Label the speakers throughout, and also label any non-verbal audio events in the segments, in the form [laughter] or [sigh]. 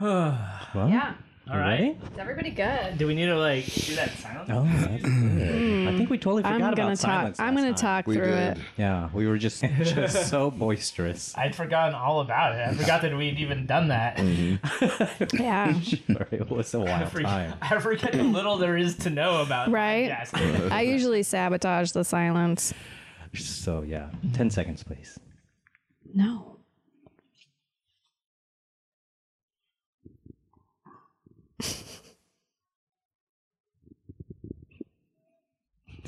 Speaker 1: All
Speaker 2: [sighs] Well,
Speaker 3: Yeah.
Speaker 2: you
Speaker 1: right.
Speaker 2: ready?
Speaker 3: Is everybody good?
Speaker 1: Do we need to like do that silence?
Speaker 2: Oh, that's good. I think we totally forgot
Speaker 4: I'm
Speaker 2: about
Speaker 4: gonna talk.
Speaker 2: silence
Speaker 4: I'm
Speaker 2: last
Speaker 4: gonna
Speaker 2: time.
Speaker 4: talk
Speaker 5: We
Speaker 4: through
Speaker 5: did.
Speaker 4: it.
Speaker 2: Yeah, we were
Speaker 4: [laughs]
Speaker 2: just, just so boisterous. [laughs]
Speaker 1: I'd forgotten all about it. I forgot that we'd even done that.
Speaker 4: [laughs]
Speaker 2: [laughs]
Speaker 4: Yeah.
Speaker 2: Sure, it was a
Speaker 1: [laughs] I,
Speaker 2: wild
Speaker 1: for-
Speaker 2: time.
Speaker 1: I forget the little there is to know about
Speaker 4: Right?
Speaker 1: podcasting.
Speaker 4: I usually sabotage the silence.
Speaker 2: So yeah, ten seconds, please.
Speaker 4: No.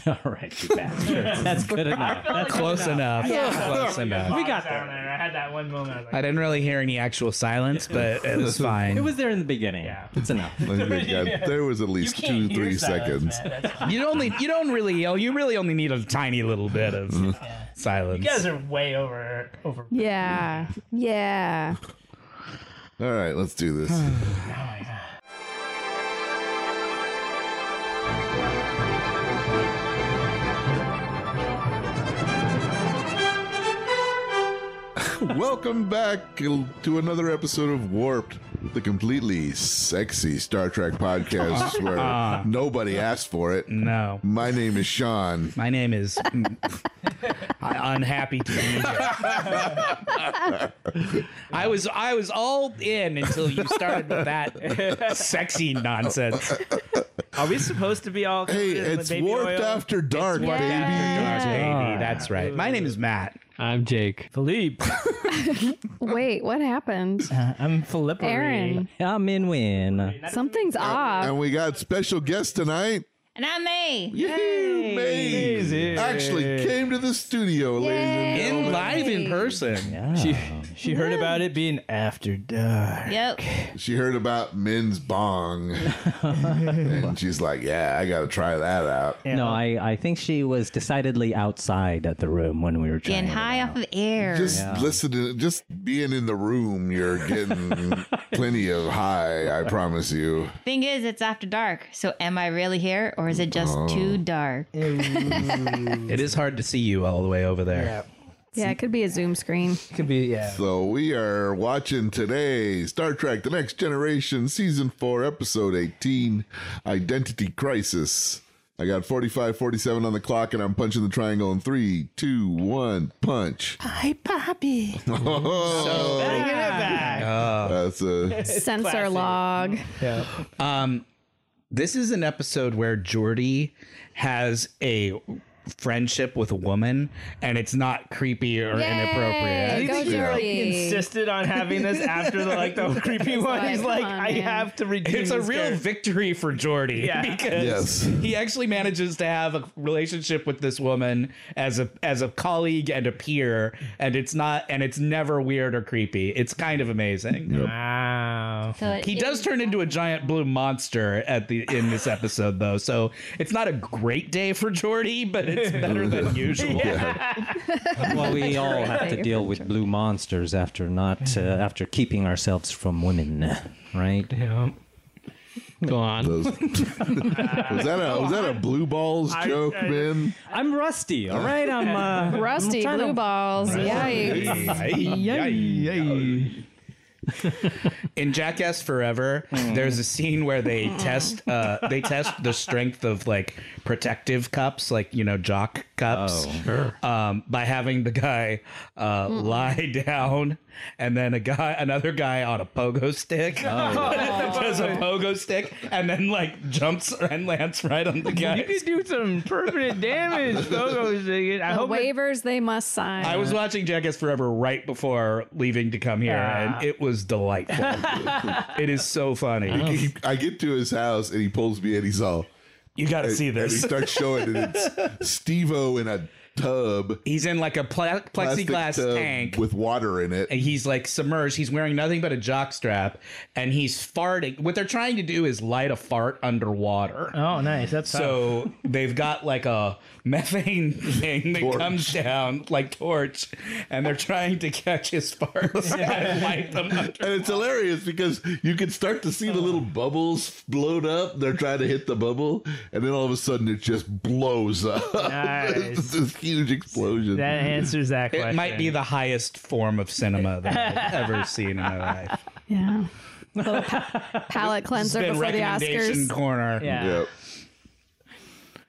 Speaker 2: All right, you bastards. [laughs] That's good enough. That's
Speaker 6: Close enough. Close enough.
Speaker 1: We
Speaker 2: got
Speaker 1: down there. I had that one moment. I was like,
Speaker 6: I didn't really hear any actual silence, but it was fine.
Speaker 2: It was there in the beginning.
Speaker 1: Yeah.
Speaker 2: It's enough.
Speaker 5: I
Speaker 1: [laughs]
Speaker 5: think I- there was at
Speaker 1: you
Speaker 5: least
Speaker 1: can't
Speaker 5: two,
Speaker 1: hear
Speaker 5: three seconds.
Speaker 1: silence, man. That's-
Speaker 6: you don't only you don't really yell. You really only need a tiny little bit of silence.
Speaker 1: You guys are way over
Speaker 4: [laughs]
Speaker 1: over.
Speaker 4: Yeah. Yeah.
Speaker 5: All right, let's do
Speaker 1: [sighs] Oh
Speaker 5: this. [sighs] Welcome back to another episode of Warped, the completely sexy Star Trek
Speaker 1: [laughs]
Speaker 5: podcast where nobody asked for it.
Speaker 6: no.
Speaker 5: My name is Sean.
Speaker 6: My name is I, unhappy to be here. I was I was all in until you started with that sexy nonsense.
Speaker 1: Are we supposed to be all?
Speaker 5: Hey, it's Warped After Dark,
Speaker 4: Warped
Speaker 5: baby.
Speaker 6: That's
Speaker 4: Yeah.
Speaker 6: baby, that's right. My name is Matt.
Speaker 7: I'm Jake.
Speaker 1: Philippe.
Speaker 4: Wait,
Speaker 2: [laughs]
Speaker 4: what happened?
Speaker 1: I'm Philippe.
Speaker 4: Aaron,
Speaker 2: I'm in win.
Speaker 4: something's off.
Speaker 5: And we got special guest tonight.
Speaker 3: And I'm May.
Speaker 5: Yay! Maisie actually came to the studio, ladies and
Speaker 4: Yay.
Speaker 6: In live in person.
Speaker 2: Yeah.
Speaker 7: She she heard about it being after dark.
Speaker 3: Yep.
Speaker 5: gentlemen. She heard about men's bong, and she's like, "Yeah, I got to try that out."
Speaker 2: No, I, I think she was decidedly outside at the room when we were trying.
Speaker 3: Getting
Speaker 2: it
Speaker 3: high
Speaker 2: out.
Speaker 3: off of air.
Speaker 5: Just listening, just being in the room, you're getting plenty of high. I promise you.
Speaker 3: Thing is, it's after dark. So am I really here or is it just too dark?
Speaker 6: It is hard to see you all the way over there.
Speaker 4: Yeah, it could be a Zoom
Speaker 2: [laughs]
Speaker 4: screen.
Speaker 7: Could be yeah.
Speaker 5: So we are watching today Star Trek: The Next Generation, Season Four, Episode Eighteen, Identity Crisis. I got 45, 47 on the clock, and I'm punching the triangle in three, two, one, punch.
Speaker 6: Hi,
Speaker 5: [laughs]
Speaker 6: Bobby.
Speaker 5: Oh, that's a [laughs]
Speaker 4: Sensor log.
Speaker 6: This is an episode where Jordy has a friendship with a woman and it's not creepy or
Speaker 4: Yay,
Speaker 6: inappropriate.
Speaker 4: go Jordy.
Speaker 1: Insisted on having
Speaker 4: [laughs]
Speaker 1: this after the like the creepy one.
Speaker 4: like,
Speaker 1: He's like,
Speaker 4: come on,
Speaker 1: I
Speaker 4: man."
Speaker 1: have to redeem.
Speaker 6: It's a
Speaker 1: this
Speaker 6: real
Speaker 1: character."
Speaker 6: victory for Jordy
Speaker 1: Yeah.
Speaker 6: [laughs] because
Speaker 5: yes.
Speaker 6: he actually manages to have a relationship with this woman as a as a colleague and a peer and it's not and it's never weird or creepy. It's kind of amazing.
Speaker 1: Wow.
Speaker 3: So it
Speaker 6: He does turn into a giant blue monster at the in this episode though. So it's not a great day for Jordy, but it's better than usual.
Speaker 2: Well,
Speaker 4: [laughs]
Speaker 2: we all have to deal with blue monsters after not uh, after keeping ourselves from women, right?
Speaker 7: Go on.
Speaker 5: Those, was that a was that a blue balls joke,
Speaker 1: I-
Speaker 5: Ben?
Speaker 2: I'm rusty. All right, I'm uh,
Speaker 4: Rusty
Speaker 2: I'm trying
Speaker 4: blue
Speaker 2: to-
Speaker 4: balls. Yikes.
Speaker 6: In Jackass Forever, there's a scene where they test uh, they test the strength of like protective cups, like you know jock cups, um, by having the guy uh, lie [laughs] down, and then a guy another guy on a pogo stick [laughs] does a pogo stick, and then like jumps and lands right on the guy.
Speaker 7: do some permanent damage, Pogo singing. I
Speaker 4: The waivers they must sign.
Speaker 6: I was watching Jackass Forever right before leaving to come here, and it was delightful. it is so funny.
Speaker 5: He- I get to his house and he pulls me and he's all.
Speaker 6: You got to see
Speaker 5: And he
Speaker 6: this.
Speaker 5: starts showing it. It's
Speaker 6: [laughs]
Speaker 5: Steve-O in a tub,
Speaker 6: He's in like a pla-
Speaker 5: plastic
Speaker 6: plexiglass
Speaker 5: tub
Speaker 6: tank.
Speaker 5: with water in it.
Speaker 6: and he's like submerged. He's wearing nothing but a jockstrap, and he's farting. What they're trying to do is light a fart underwater.
Speaker 1: Oh, nice. That's
Speaker 6: So they've got like a methane thing that
Speaker 5: Torch.
Speaker 6: comes down like torch, and they're trying to catch his farts and light them under.
Speaker 5: And it's hilarious because you can start to see the little bubbles float up. They're trying to hit the bubble, and then all of a sudden it just blows up. [laughs]
Speaker 1: Nice.
Speaker 5: this huge explosion.
Speaker 1: that answers that
Speaker 2: [laughs]
Speaker 1: question.
Speaker 6: It might be the highest form of cinema that I've ever seen in my life.
Speaker 4: Yeah. Little pa- palate cleanser
Speaker 6: Been
Speaker 4: before the
Speaker 6: recommendation
Speaker 4: Oscars.
Speaker 6: corner.
Speaker 7: Yeah.
Speaker 5: Yep.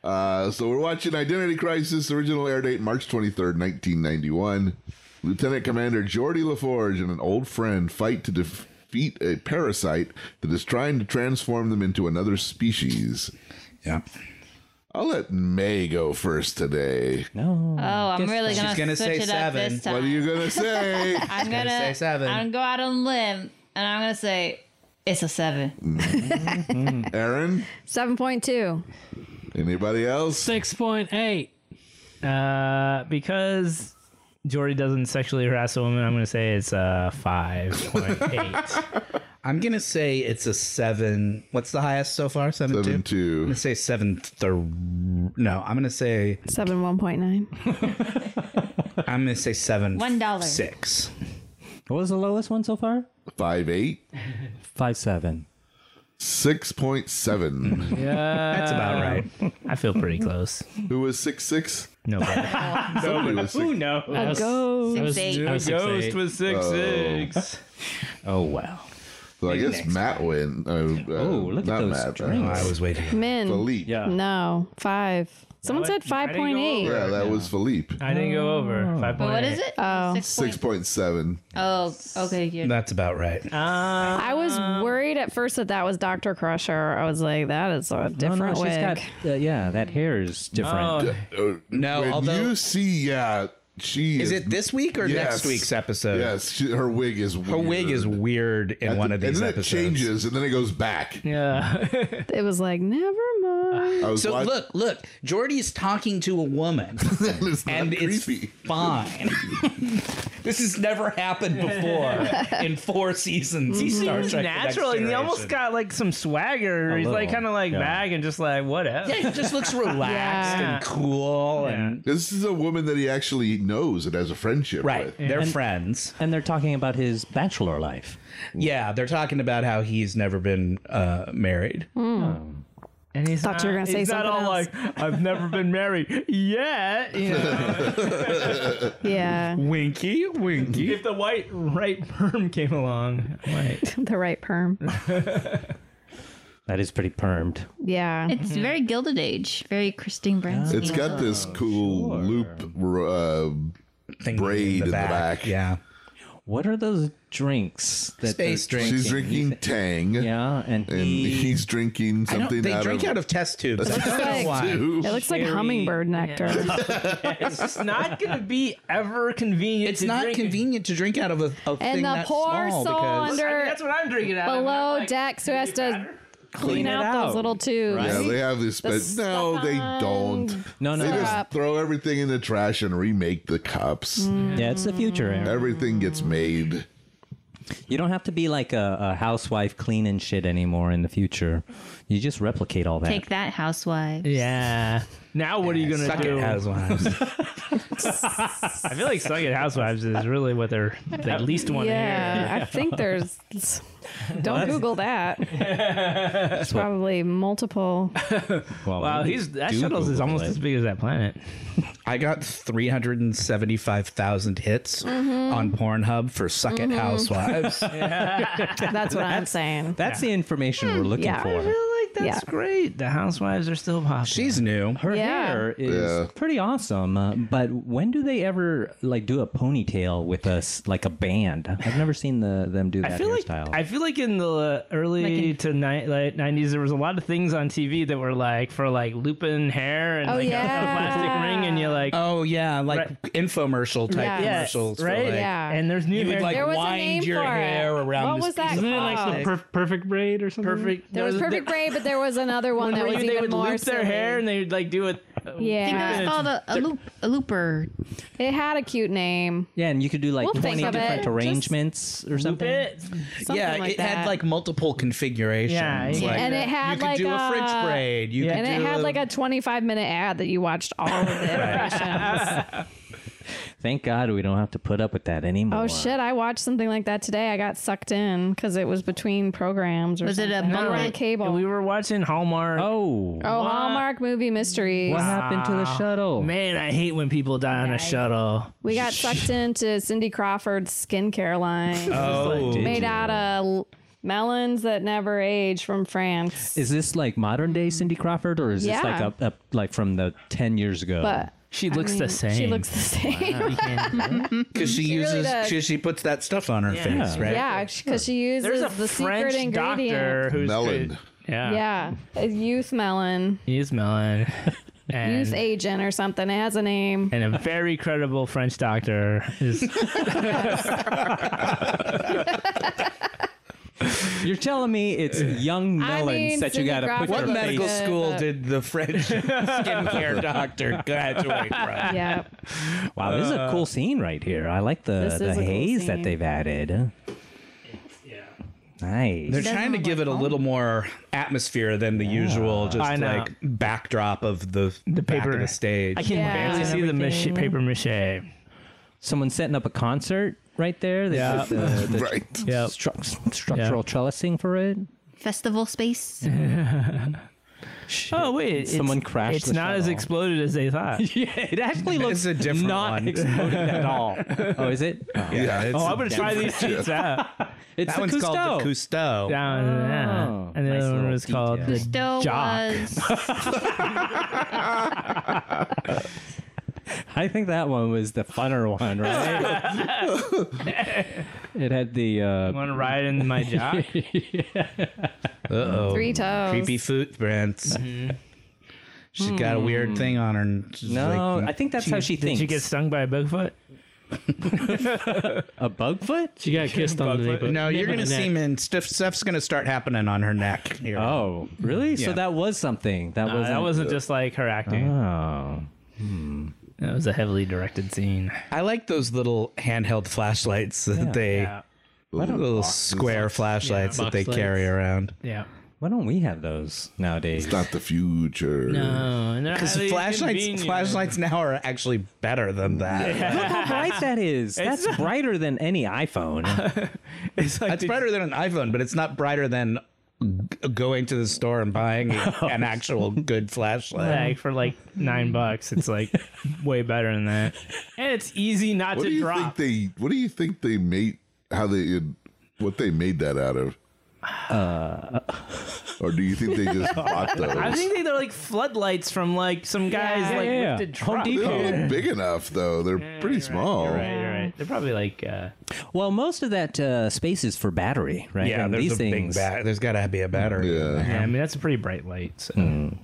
Speaker 5: Uh, so we're watching Identity Crisis, original air date March 23rd, 1991. Lieutenant Commander Geordie LaForge and an old friend fight to defeat a parasite that is trying to transform them into another species.
Speaker 6: Yeah.
Speaker 5: I'll let May go first today.
Speaker 2: No.
Speaker 3: Oh, I'm
Speaker 2: Guess
Speaker 3: really
Speaker 2: that-
Speaker 3: gonna,
Speaker 6: She's gonna
Speaker 3: switch
Speaker 6: say
Speaker 3: it up
Speaker 6: seven.
Speaker 3: this time.
Speaker 5: What are you going to
Speaker 2: [laughs]
Speaker 5: say?
Speaker 3: I'm gonna,
Speaker 6: say seven.
Speaker 3: I'm gonna go out on a limb and I'm gonna say it's a seven.
Speaker 5: Aaron?
Speaker 4: Seven point two.
Speaker 5: Anybody else?
Speaker 7: Six point eight. Uh, because Jordy doesn't sexually harass a woman, I'm gonna say it's uh five point eight.
Speaker 6: I'm gonna say it's a seven. What's the highest so far? Seven,
Speaker 5: Seven
Speaker 6: two. I'm
Speaker 5: two.
Speaker 6: gonna say seven third. No, I'm gonna say
Speaker 4: Seven one point nine.
Speaker 6: I'm gonna say seven.
Speaker 3: One dollar.
Speaker 6: six.
Speaker 2: [laughs] What was the lowest one so far?
Speaker 5: Five eight.
Speaker 2: Five seven.
Speaker 5: Six
Speaker 2: [laughs]
Speaker 5: point seven.
Speaker 6: That's about right.
Speaker 7: I feel pretty close.
Speaker 5: Who was six six?
Speaker 7: No, but-
Speaker 5: [laughs] Somebody was six.
Speaker 8: no.
Speaker 4: Go.
Speaker 3: Six, eight.
Speaker 7: I
Speaker 8: A
Speaker 7: was six,
Speaker 8: ghost
Speaker 7: eight.
Speaker 8: with six six.
Speaker 2: Oh wow.
Speaker 5: So I guess Matt win. Uh,
Speaker 2: Oh, look at
Speaker 5: not
Speaker 2: those
Speaker 5: Matt, uh,
Speaker 2: drinks.
Speaker 6: I was waiting.
Speaker 4: Min.
Speaker 5: Philippe.
Speaker 2: Yeah.
Speaker 4: No. Five. Someone
Speaker 7: I-
Speaker 4: said
Speaker 7: I
Speaker 4: five
Speaker 7: didn't go
Speaker 4: point eight.
Speaker 5: Yeah, that was Philippe.
Speaker 7: I didn't go over five
Speaker 3: But
Speaker 7: point
Speaker 3: what
Speaker 7: eight.
Speaker 3: is it?
Speaker 4: Oh.
Speaker 5: Six
Speaker 3: point.
Speaker 5: point seven.
Speaker 3: Oh, okay. Good.
Speaker 6: That's about right.
Speaker 7: Uh,
Speaker 4: I was worried at first that that was Dr. Crusher. I was like, that is a different
Speaker 2: no, no, she's
Speaker 4: wig.
Speaker 2: got. Uh, yeah, that hair is different.
Speaker 7: Oh.
Speaker 6: No,
Speaker 5: when
Speaker 6: although
Speaker 5: you see, yeah, she
Speaker 6: is it this week or
Speaker 5: Yes.
Speaker 6: next week's episode?
Speaker 5: Yes, she, her wig is. Weird.
Speaker 6: Her wig is weird in
Speaker 5: At
Speaker 6: one
Speaker 5: the-
Speaker 6: of these
Speaker 5: and then
Speaker 6: episodes.
Speaker 5: It changes and then it goes back.
Speaker 7: yeah.
Speaker 4: It was like, never
Speaker 5: [laughs]
Speaker 4: mind.
Speaker 5: I was
Speaker 6: So
Speaker 5: watch-
Speaker 6: look, look, Jordy's talking to
Speaker 5: [laughs]
Speaker 6: a woman,
Speaker 5: it's not
Speaker 6: and it's
Speaker 5: creepy.
Speaker 6: fine. [laughs] this has never happened
Speaker 7: [laughs]
Speaker 6: before in four seasons. He
Speaker 7: He's natural, and he Mm-hmm. almost got like some swagger.
Speaker 2: A
Speaker 7: He's like
Speaker 2: little,
Speaker 7: kind of like
Speaker 2: yeah.
Speaker 7: back and just like whatever.
Speaker 6: Yeah, he just
Speaker 7: [laughs]
Speaker 6: looks relaxed
Speaker 7: Yeah.
Speaker 6: and cool, and
Speaker 5: This is a woman that he actually knows and has a friendship
Speaker 6: right,
Speaker 5: with.
Speaker 6: they're friends.
Speaker 2: And they're talking about his bachelor life.
Speaker 6: Yeah, they're talking about how he's never been uh, married.
Speaker 7: Hmm. And he's
Speaker 4: Thought you were
Speaker 7: not-
Speaker 4: gonna
Speaker 7: he's
Speaker 4: say
Speaker 7: not
Speaker 4: something
Speaker 7: all
Speaker 4: else.
Speaker 7: like I've never been married
Speaker 6: [laughs]
Speaker 7: yet. You know,
Speaker 4: Yeah. [laughs]
Speaker 6: Winky, winky.
Speaker 7: if the white right perm came along, I might.
Speaker 4: The right perm.
Speaker 2: That is pretty permed.
Speaker 4: Yeah.
Speaker 3: It's very Gilded Age, very Christine Branson.
Speaker 5: It's
Speaker 6: Oh,
Speaker 5: got this cool loop. Uh,
Speaker 6: Thing
Speaker 5: Braid in the back.
Speaker 6: Yeah,
Speaker 2: What are those drinks? That
Speaker 6: Space
Speaker 2: they're
Speaker 6: drinks.
Speaker 5: she's
Speaker 2: drinking?
Speaker 5: drinking Tang,
Speaker 2: Yeah, and,
Speaker 5: and
Speaker 2: he,
Speaker 5: he's drinking
Speaker 6: I
Speaker 5: something
Speaker 6: don't, they
Speaker 5: out,
Speaker 6: drink
Speaker 5: of,
Speaker 6: out of
Speaker 5: [laughs]
Speaker 6: test tubes. I don't know
Speaker 4: Like-
Speaker 6: why.
Speaker 5: Ooh.
Speaker 4: it looks like
Speaker 7: Very-
Speaker 4: hummingbird nectar.
Speaker 7: It's
Speaker 6: [laughs]
Speaker 7: just not gonna be ever convenient.
Speaker 6: It's
Speaker 7: to
Speaker 6: not
Speaker 7: drink.
Speaker 6: convenient to drink out of a, a thing
Speaker 4: And the
Speaker 6: that
Speaker 4: poor soul
Speaker 6: small because
Speaker 7: I mean,
Speaker 4: under
Speaker 7: that's what I'm drinking out. of.
Speaker 4: below
Speaker 7: I'm like,
Speaker 4: decks who has to
Speaker 2: Clean
Speaker 4: clean
Speaker 2: it
Speaker 4: out,
Speaker 2: out,
Speaker 4: those little tubes.
Speaker 5: Yeah, they have this.
Speaker 4: The
Speaker 5: But no, they
Speaker 4: stuff
Speaker 5: don't.
Speaker 2: no, no,
Speaker 5: They
Speaker 2: no.
Speaker 5: just throw everything in the trash and remake the cups.
Speaker 6: Mm.
Speaker 2: yeah, it's the future. Aaron.
Speaker 5: Everything gets made.
Speaker 2: You don't have to be like a, a housewife cleaning shit anymore in the future. You just replicate all that.
Speaker 3: Take that, housewife.
Speaker 7: Yeah. Now what are you gonna
Speaker 6: Suck
Speaker 7: do?
Speaker 6: it,
Speaker 7: [laughs]
Speaker 6: housewives.
Speaker 7: I feel like suck it housewives is really what they're they least want to hear.
Speaker 4: Yeah, I think there's. Don't Google that. There's probably multiple.
Speaker 7: Wow, he's that shuttles is almost as big as that planet.
Speaker 6: I got 375,000 hits
Speaker 4: Mm-hmm.
Speaker 6: on Pornhub for Suck
Speaker 7: [laughs]
Speaker 6: It Housewives.
Speaker 4: That's what I'm saying.
Speaker 2: That's the information we're looking
Speaker 4: Yeah.
Speaker 2: for.
Speaker 7: I feel like that's
Speaker 4: Yeah.
Speaker 7: great. The housewives are still popular.
Speaker 6: She's new.
Speaker 2: Her
Speaker 4: Yeah.
Speaker 2: hair is
Speaker 5: Yeah.
Speaker 2: pretty awesome, uh, but when do they ever like do a ponytail with us like a band? I've never seen the them do that
Speaker 7: I feel like
Speaker 2: hairstyle.
Speaker 7: I feel like in the early
Speaker 3: Like in-
Speaker 7: to ni- late nineties, there was a lot of things on TV that were like for like looping hair and
Speaker 4: Oh,
Speaker 7: like a- a,
Speaker 4: yeah.
Speaker 7: plastic ring, and you're like,
Speaker 6: Oh, yeah, like
Speaker 7: Right.
Speaker 6: infomercial type
Speaker 4: Yeah. Yes,
Speaker 6: commercials. for,
Speaker 7: right?
Speaker 6: like-
Speaker 4: Yeah.
Speaker 7: And there's new
Speaker 6: You
Speaker 7: hair.
Speaker 6: would like
Speaker 4: There was a name
Speaker 6: wind your
Speaker 4: for it.
Speaker 6: hair around
Speaker 4: What
Speaker 6: this
Speaker 4: was that
Speaker 6: piece of
Speaker 4: Isn't it like the
Speaker 6: plastic.
Speaker 4: per-
Speaker 8: perfect braid or something?
Speaker 7: perfect.
Speaker 4: There was
Speaker 7: the-
Speaker 4: perfect braid, but there was another
Speaker 7: [laughs]
Speaker 4: one that
Speaker 7: where
Speaker 4: was
Speaker 7: you- they
Speaker 4: even
Speaker 7: would
Speaker 4: more.
Speaker 7: loop their
Speaker 4: silly.
Speaker 7: hair and they would like do it. [laughs]
Speaker 4: [laughs]
Speaker 3: It's
Speaker 4: Yeah,
Speaker 3: called a, a loop, a looper.
Speaker 4: it had a cute name.
Speaker 2: yeah, and you could do like
Speaker 4: We'll think
Speaker 2: twenty
Speaker 4: of
Speaker 2: different
Speaker 4: it. Just
Speaker 2: arrangements or something.
Speaker 7: Bit.
Speaker 4: Something
Speaker 6: Yeah,
Speaker 4: like
Speaker 6: it
Speaker 4: that.
Speaker 6: had like multiple configurations.
Speaker 7: Yeah, yeah.
Speaker 6: Like,
Speaker 4: And it had
Speaker 6: you could
Speaker 4: like
Speaker 6: do a,
Speaker 4: a-
Speaker 6: French braid. You
Speaker 4: and
Speaker 6: could
Speaker 4: it
Speaker 6: do
Speaker 4: had
Speaker 6: a,
Speaker 4: like a 25 minute ad that you watched all
Speaker 6: [laughs]
Speaker 4: of the impressions.
Speaker 2: Thank God we don't have to put up with that anymore.
Speaker 4: oh shit! I watched something like that today. I got sucked in because it was between programs. Or
Speaker 3: Was it a
Speaker 4: something. We were on
Speaker 3: Muppet?
Speaker 4: cable?
Speaker 7: And we were watching Hallmark.
Speaker 2: Oh,
Speaker 4: oh, Hallmark movie mysteries.
Speaker 2: what happened to the shuttle?
Speaker 7: man, I hate when people die on a shuttle.
Speaker 4: We
Speaker 6: [laughs]
Speaker 4: got sucked into Cindy Crawford's skincare line,
Speaker 6: oh,
Speaker 2: Did
Speaker 4: made
Speaker 2: you?
Speaker 4: out of melons that never age from France.
Speaker 2: Is this like modern day Cindy Crawford, or is this
Speaker 4: Yeah.
Speaker 2: like a, a like from the ten years ago?
Speaker 4: but
Speaker 7: She
Speaker 4: I
Speaker 7: looks the
Speaker 4: mean,
Speaker 7: same.
Speaker 4: She looks the same. [laughs]
Speaker 6: because she,
Speaker 4: really
Speaker 6: uses
Speaker 4: does.
Speaker 6: she, she puts that stuff on her face, right?
Speaker 4: yeah, because she
Speaker 7: There's
Speaker 4: uses
Speaker 7: a
Speaker 4: the
Speaker 7: French
Speaker 4: secret ingredient.
Speaker 7: doctor who's
Speaker 5: Melon.
Speaker 7: Yeah.
Speaker 4: Yeah, a youth melon, [laughs]
Speaker 7: He's melon. And,
Speaker 4: youth agent, or something. It has a name.
Speaker 7: and a very credible French doctor is
Speaker 2: You're telling me it's young
Speaker 4: I
Speaker 2: melons
Speaker 4: mean,
Speaker 2: that you
Speaker 4: Cindy
Speaker 2: got to put your
Speaker 4: Crawford
Speaker 6: What
Speaker 4: Her
Speaker 6: medical
Speaker 2: face.
Speaker 4: face.
Speaker 6: school
Speaker 4: Uh,
Speaker 6: did
Speaker 4: [laughs]
Speaker 6: the French skincare doctor
Speaker 7: [laughs]
Speaker 6: graduate from?
Speaker 4: Yeah,
Speaker 2: Wow, this is a
Speaker 6: Uh,
Speaker 2: cool scene right here. I like the
Speaker 4: This
Speaker 2: the
Speaker 4: is a cool
Speaker 2: haze that
Speaker 4: scene.
Speaker 2: they've added. Nice.
Speaker 6: They're
Speaker 3: doesn't
Speaker 6: trying to
Speaker 3: look
Speaker 6: give
Speaker 3: like
Speaker 6: it a
Speaker 3: home.
Speaker 6: little more atmosphere than the usual, just
Speaker 7: I know.
Speaker 6: like backdrop of the
Speaker 7: the
Speaker 6: back
Speaker 7: paper
Speaker 6: of the stage.
Speaker 7: I
Speaker 4: [laughs]
Speaker 7: can
Speaker 4: Yeah,
Speaker 7: barely
Speaker 4: and
Speaker 7: see the mache,
Speaker 4: everything.
Speaker 7: paper mache.
Speaker 2: Someone's setting up a concert right there. They
Speaker 7: Yeah.
Speaker 2: put the, the
Speaker 5: [laughs] Right.
Speaker 7: Yep.
Speaker 2: stru- structural trellising for it.
Speaker 3: Festival space.
Speaker 7: Oh wait, it's-
Speaker 2: Someone crashed
Speaker 7: It's
Speaker 2: the
Speaker 7: not as
Speaker 2: shuttle.
Speaker 7: exploded as
Speaker 2: [laughs]
Speaker 7: they thought.
Speaker 2: Yeah, it actually looks
Speaker 6: It's a different
Speaker 2: not
Speaker 6: one.
Speaker 2: exploded at
Speaker 6: [laughs]
Speaker 2: all. Oh, is it? Oh.
Speaker 5: Yeah.
Speaker 6: it's-
Speaker 7: Oh, I'm gonna try these sheets out.
Speaker 2: It's
Speaker 6: that
Speaker 2: the
Speaker 6: one's called the Cousteau.
Speaker 7: Down, yeah. And the
Speaker 2: Oh, nice
Speaker 7: other one
Speaker 2: little
Speaker 7: was called
Speaker 2: detail.
Speaker 7: the
Speaker 3: Still
Speaker 7: Jock.
Speaker 3: was.
Speaker 2: I think that one was the funner one, right? [laughs] it had the uh,
Speaker 7: Want to ride
Speaker 2: [laughs]
Speaker 7: in my jock?
Speaker 6: Uh-oh.
Speaker 4: three toes.
Speaker 6: Creepy footprints. She's got a weird thing on her. and she's
Speaker 2: no.
Speaker 6: like-
Speaker 2: I think that's how she
Speaker 7: Did
Speaker 2: thinks.
Speaker 7: she get stung by a bigfoot?
Speaker 2: a bug foot?
Speaker 9: She got kissed on the but
Speaker 6: no, you're gonna
Speaker 9: Neck.
Speaker 6: see man. Stuff, stuff's gonna start happening on her neck. Here.
Speaker 2: Oh, really? So
Speaker 6: Yeah.
Speaker 2: that was something. That
Speaker 7: Uh,
Speaker 2: was
Speaker 7: that wasn't just like her acting.
Speaker 2: Oh.
Speaker 7: That was a heavily directed scene.
Speaker 6: I like those little handheld flashlights that they,
Speaker 7: Yeah.
Speaker 6: little square flashlights that
Speaker 9: Box
Speaker 6: they
Speaker 9: lights.
Speaker 6: carry around.
Speaker 7: Yeah.
Speaker 2: Why don't we have those nowadays?
Speaker 5: It's not the future.
Speaker 7: Because
Speaker 6: Because flashlights, flashlights now are actually better than that.
Speaker 2: Look how bright that [laughs] is. That's brighter than any iPhone.
Speaker 7: [laughs] It's like
Speaker 6: It's [laughs]
Speaker 7: the-
Speaker 6: brighter than an iPhone, but it's not brighter than g- going to the store and [laughs] buying a- an actual good flashlight.
Speaker 7: like for like nine bucks. It's [laughs] like way better than that, and it's easy not
Speaker 5: What do
Speaker 7: to
Speaker 5: you
Speaker 7: drop.
Speaker 5: think they? What do you think they made? How they? What they made that out of? or do you think they just bought those?
Speaker 7: I think they're like floodlights from like some guys
Speaker 9: Yeah,
Speaker 7: like
Speaker 2: yeah, yeah.
Speaker 7: lifted
Speaker 2: Home
Speaker 7: truck.
Speaker 5: they
Speaker 2: Depot.
Speaker 5: don't look big enough though. They're pretty small.
Speaker 7: You're right, you're right. They're probably like uh,
Speaker 2: [laughs] well, most of that uh, space is for battery, right?
Speaker 6: Yeah,
Speaker 2: And
Speaker 6: there's
Speaker 2: these
Speaker 6: a big
Speaker 2: things. [laughs]
Speaker 6: bat. There's got to be a battery.
Speaker 5: Yeah.
Speaker 7: yeah. I mean, that's a pretty bright light. So.
Speaker 6: Mm.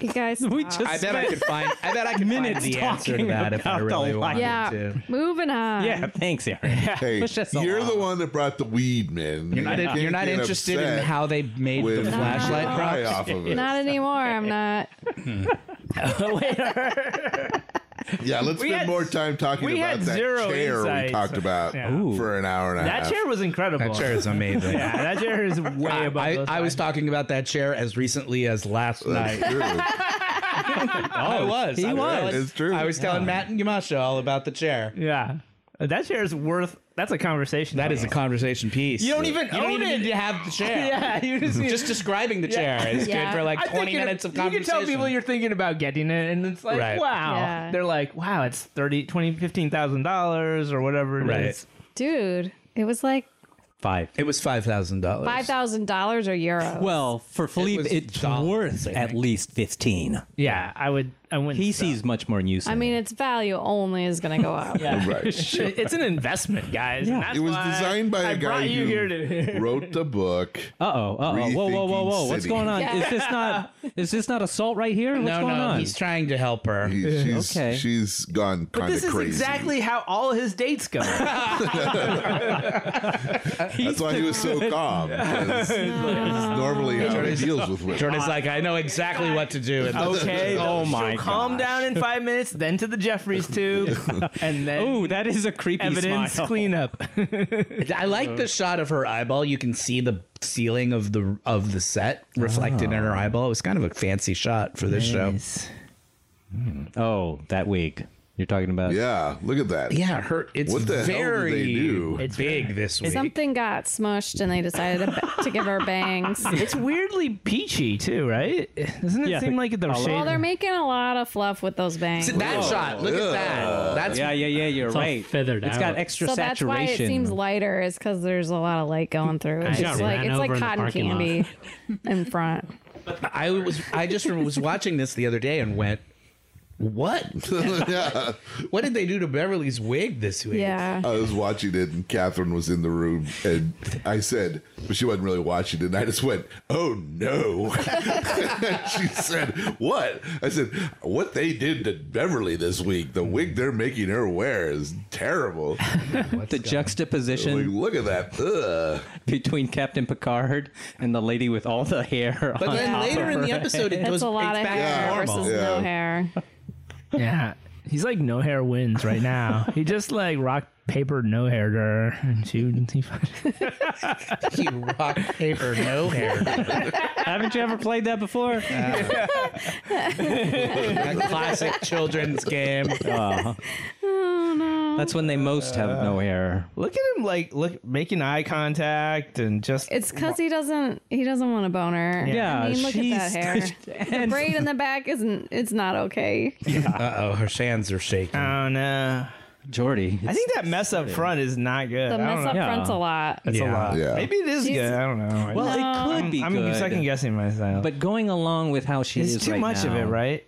Speaker 4: You
Speaker 7: [laughs]
Speaker 4: guys, stop.
Speaker 6: I bet I could find. I bet I [laughs] could find
Speaker 2: Minutes
Speaker 6: the answer to
Speaker 2: talking
Speaker 6: that if I
Speaker 2: about the
Speaker 6: really
Speaker 2: light.
Speaker 6: wanted
Speaker 4: yeah,
Speaker 6: to.
Speaker 4: moving on.
Speaker 2: Yeah, thanks, [laughs] Aaron.
Speaker 5: Hey,
Speaker 2: Push us
Speaker 5: you're the
Speaker 2: along.
Speaker 5: one that brought the weed, man.
Speaker 6: You're not,
Speaker 5: can't
Speaker 6: you're not
Speaker 5: get
Speaker 6: interested in
Speaker 5: upset
Speaker 6: how they made
Speaker 5: with
Speaker 6: the flashlight
Speaker 5: the
Speaker 6: prop.
Speaker 5: eye off of it.
Speaker 4: Not anymore.
Speaker 7: [laughs]
Speaker 4: I'm not.
Speaker 5: yeah, let's
Speaker 7: We
Speaker 5: spend
Speaker 7: had-
Speaker 5: more time talking
Speaker 7: we
Speaker 5: about
Speaker 7: had
Speaker 5: that
Speaker 7: zero
Speaker 5: chair we
Speaker 7: insights.
Speaker 5: talked about
Speaker 7: Yeah.
Speaker 2: Ooh.
Speaker 5: for an hour and a half.
Speaker 7: That chair was incredible.
Speaker 6: That
Speaker 7: [laughs]
Speaker 6: chair is amazing.
Speaker 7: yeah, that chair is way above.
Speaker 6: [laughs] I,
Speaker 7: those
Speaker 6: I was talking about that chair as recently as
Speaker 5: [laughs]
Speaker 6: last night. [laughs]
Speaker 5: That's true.
Speaker 6: I was.
Speaker 2: he
Speaker 6: I
Speaker 2: was.
Speaker 5: It's true.
Speaker 6: I was telling Matt and Yamasha all about the chair.
Speaker 7: Yeah, that chair is worth. That's a conversation.
Speaker 6: That is a conversation piece. You don't even you don't
Speaker 7: own
Speaker 6: even
Speaker 7: it.
Speaker 6: need to have [laughs] the
Speaker 7: [laughs]
Speaker 6: chair.
Speaker 7: Yeah, you
Speaker 6: [laughs]
Speaker 7: just need
Speaker 6: Just describing the chair is
Speaker 4: Yeah.
Speaker 6: good for like 20 minutes of
Speaker 7: You can
Speaker 6: conversation.
Speaker 7: tell people you're thinking about getting it, and it's like,
Speaker 6: Right.
Speaker 7: wow.
Speaker 4: Yeah.
Speaker 7: They're like, wow, it's thirty, twenty, fifteen thousand dollars or whatever it is.
Speaker 6: Right.
Speaker 4: Dude, it was like
Speaker 2: Five.
Speaker 6: it was five thousand dollars.
Speaker 4: $5,000 or euros.
Speaker 2: Well, for Philippe,
Speaker 6: was
Speaker 2: it's
Speaker 6: dollars,
Speaker 2: worth
Speaker 6: I
Speaker 2: at
Speaker 6: think.
Speaker 2: least fifteen.
Speaker 7: Yeah, I would. I wouldn't.
Speaker 2: He
Speaker 7: sell.
Speaker 2: sees much more use.
Speaker 4: I
Speaker 2: in
Speaker 4: mean,
Speaker 2: it.
Speaker 4: its value only is going to go up.
Speaker 7: Yeah. [laughs]
Speaker 5: Right.
Speaker 7: it's an investment, guys. and
Speaker 2: Yeah.
Speaker 7: that's
Speaker 5: It was
Speaker 7: why
Speaker 5: designed by
Speaker 7: I
Speaker 5: a guy
Speaker 7: brought you
Speaker 5: who-
Speaker 7: here to.
Speaker 5: Wrote the
Speaker 6: [laughs]
Speaker 5: book.
Speaker 2: Uh-oh, uh-oh. Whoa, whoa, whoa,
Speaker 5: Rethinking
Speaker 2: whoa. What's
Speaker 5: City.
Speaker 2: going on?
Speaker 4: Yeah.
Speaker 2: Is this not is this not assault right here? What's
Speaker 6: No,
Speaker 2: going
Speaker 6: no,
Speaker 2: on?
Speaker 6: he's trying to help her.
Speaker 5: He- she's
Speaker 2: Okay.
Speaker 5: she's gone
Speaker 7: But [laughs]
Speaker 5: kind
Speaker 7: this
Speaker 5: of
Speaker 7: is
Speaker 5: crazy.
Speaker 7: exactly how all his dates go.
Speaker 5: That's why he was so
Speaker 7: [laughs]
Speaker 5: calm. 'cause That's normally how he deals with women.
Speaker 6: Jordan's like, I know exactly what to do. in this.
Speaker 7: Okay.
Speaker 2: Oh
Speaker 7: so
Speaker 2: my
Speaker 7: Calm down in five minutes, then to the Jeffries tube, and then
Speaker 2: Oh, that is a creepy
Speaker 7: evidence
Speaker 2: smile.
Speaker 7: cleanup.
Speaker 6: I like the shot of her eyeball. You can see the ceiling of the of the set reflected in her eyeball. It was kind of a fancy shot for this show.
Speaker 2: Oh, that wig. You're talking about?
Speaker 5: Yeah, look at that.
Speaker 6: Yeah, her. It's
Speaker 5: What the hell do they
Speaker 6: very [laughs]
Speaker 5: do?
Speaker 1: It's
Speaker 6: big this week.
Speaker 4: Something got smushed and they decided to, ba- to give her bangs.
Speaker 1: It's weirdly peachy too, right? Doesn't it
Speaker 2: Yeah,
Speaker 1: seem
Speaker 2: but
Speaker 1: like
Speaker 2: a
Speaker 1: the
Speaker 2: lot-
Speaker 1: shade?
Speaker 4: Well, they're making a lot of fluff with those bangs.
Speaker 6: See, that shot. Look at that. That's
Speaker 2: yeah, yeah, yeah. You're
Speaker 1: all
Speaker 2: right.
Speaker 1: feathered
Speaker 2: It's
Speaker 1: out.
Speaker 2: got extra
Speaker 4: so that's
Speaker 2: saturation.
Speaker 4: why it seems lighter is because there's a lot of light going through. It's
Speaker 1: just
Speaker 4: just
Speaker 1: got
Speaker 4: like
Speaker 1: ran
Speaker 4: it's like
Speaker 1: over in the
Speaker 4: cotton
Speaker 1: parking lot.
Speaker 4: candy in front.
Speaker 6: I was. I just was watching this the other day and went, "What?
Speaker 5: [laughs] yeah.
Speaker 6: What did they do to Beverly's wig this week?"
Speaker 4: Yeah.
Speaker 5: I was watching it, and Catherine was in the room, and I said, but she wasn't really watching it. And I just went, "Oh no!" [laughs] she said, "What?" I said, "What they did to Beverly this week? The wig they're making her wear is terrible.
Speaker 2: the
Speaker 5: Like,
Speaker 2: juxtaposition
Speaker 5: look at that. Ugh.
Speaker 2: between Captain Picard and the lady with all the hair.
Speaker 6: But
Speaker 2: on
Speaker 6: then
Speaker 2: top
Speaker 6: later
Speaker 2: of
Speaker 6: in
Speaker 2: her
Speaker 6: the
Speaker 2: head.
Speaker 6: episode, it
Speaker 4: It's
Speaker 6: goes
Speaker 4: a lot
Speaker 6: it's
Speaker 4: of
Speaker 6: back
Speaker 4: hair
Speaker 6: to normal.
Speaker 4: versus no
Speaker 5: Yeah.
Speaker 4: hair.
Speaker 1: yeah, he's like no hair wins right
Speaker 7: [laughs]
Speaker 1: now. he just like rock paper no hair to her, and she he,
Speaker 7: [laughs]
Speaker 6: you rock paper no hair.
Speaker 2: haven't you ever played that before?
Speaker 6: A classic children's game.
Speaker 4: Oh,
Speaker 2: That's when they most have no hair.
Speaker 7: Look at him, like look, making eye contact and just.
Speaker 4: It's because he doesn't he doesn't want a boner.
Speaker 2: Yeah,
Speaker 4: I mean, look at
Speaker 2: she's-
Speaker 4: that hair. the
Speaker 2: and-
Speaker 4: braid in the back isn't it's not okay.
Speaker 6: Uh oh, her hands are shaking.
Speaker 7: oh no!
Speaker 2: Jordy.
Speaker 7: I think that mess up front is not good.
Speaker 4: The
Speaker 7: I don't
Speaker 4: mess
Speaker 7: know.
Speaker 4: up
Speaker 2: Yeah.
Speaker 4: front's a lot.
Speaker 7: That's a lot.
Speaker 5: Yeah.
Speaker 7: Maybe it is
Speaker 4: She's-
Speaker 7: good. I don't know.
Speaker 2: Well, it could be
Speaker 7: I'm
Speaker 2: good.
Speaker 7: second guessing myself.
Speaker 2: But going along with how she
Speaker 7: it's
Speaker 2: is
Speaker 7: too
Speaker 2: right
Speaker 7: much of it,
Speaker 2: now-
Speaker 7: right?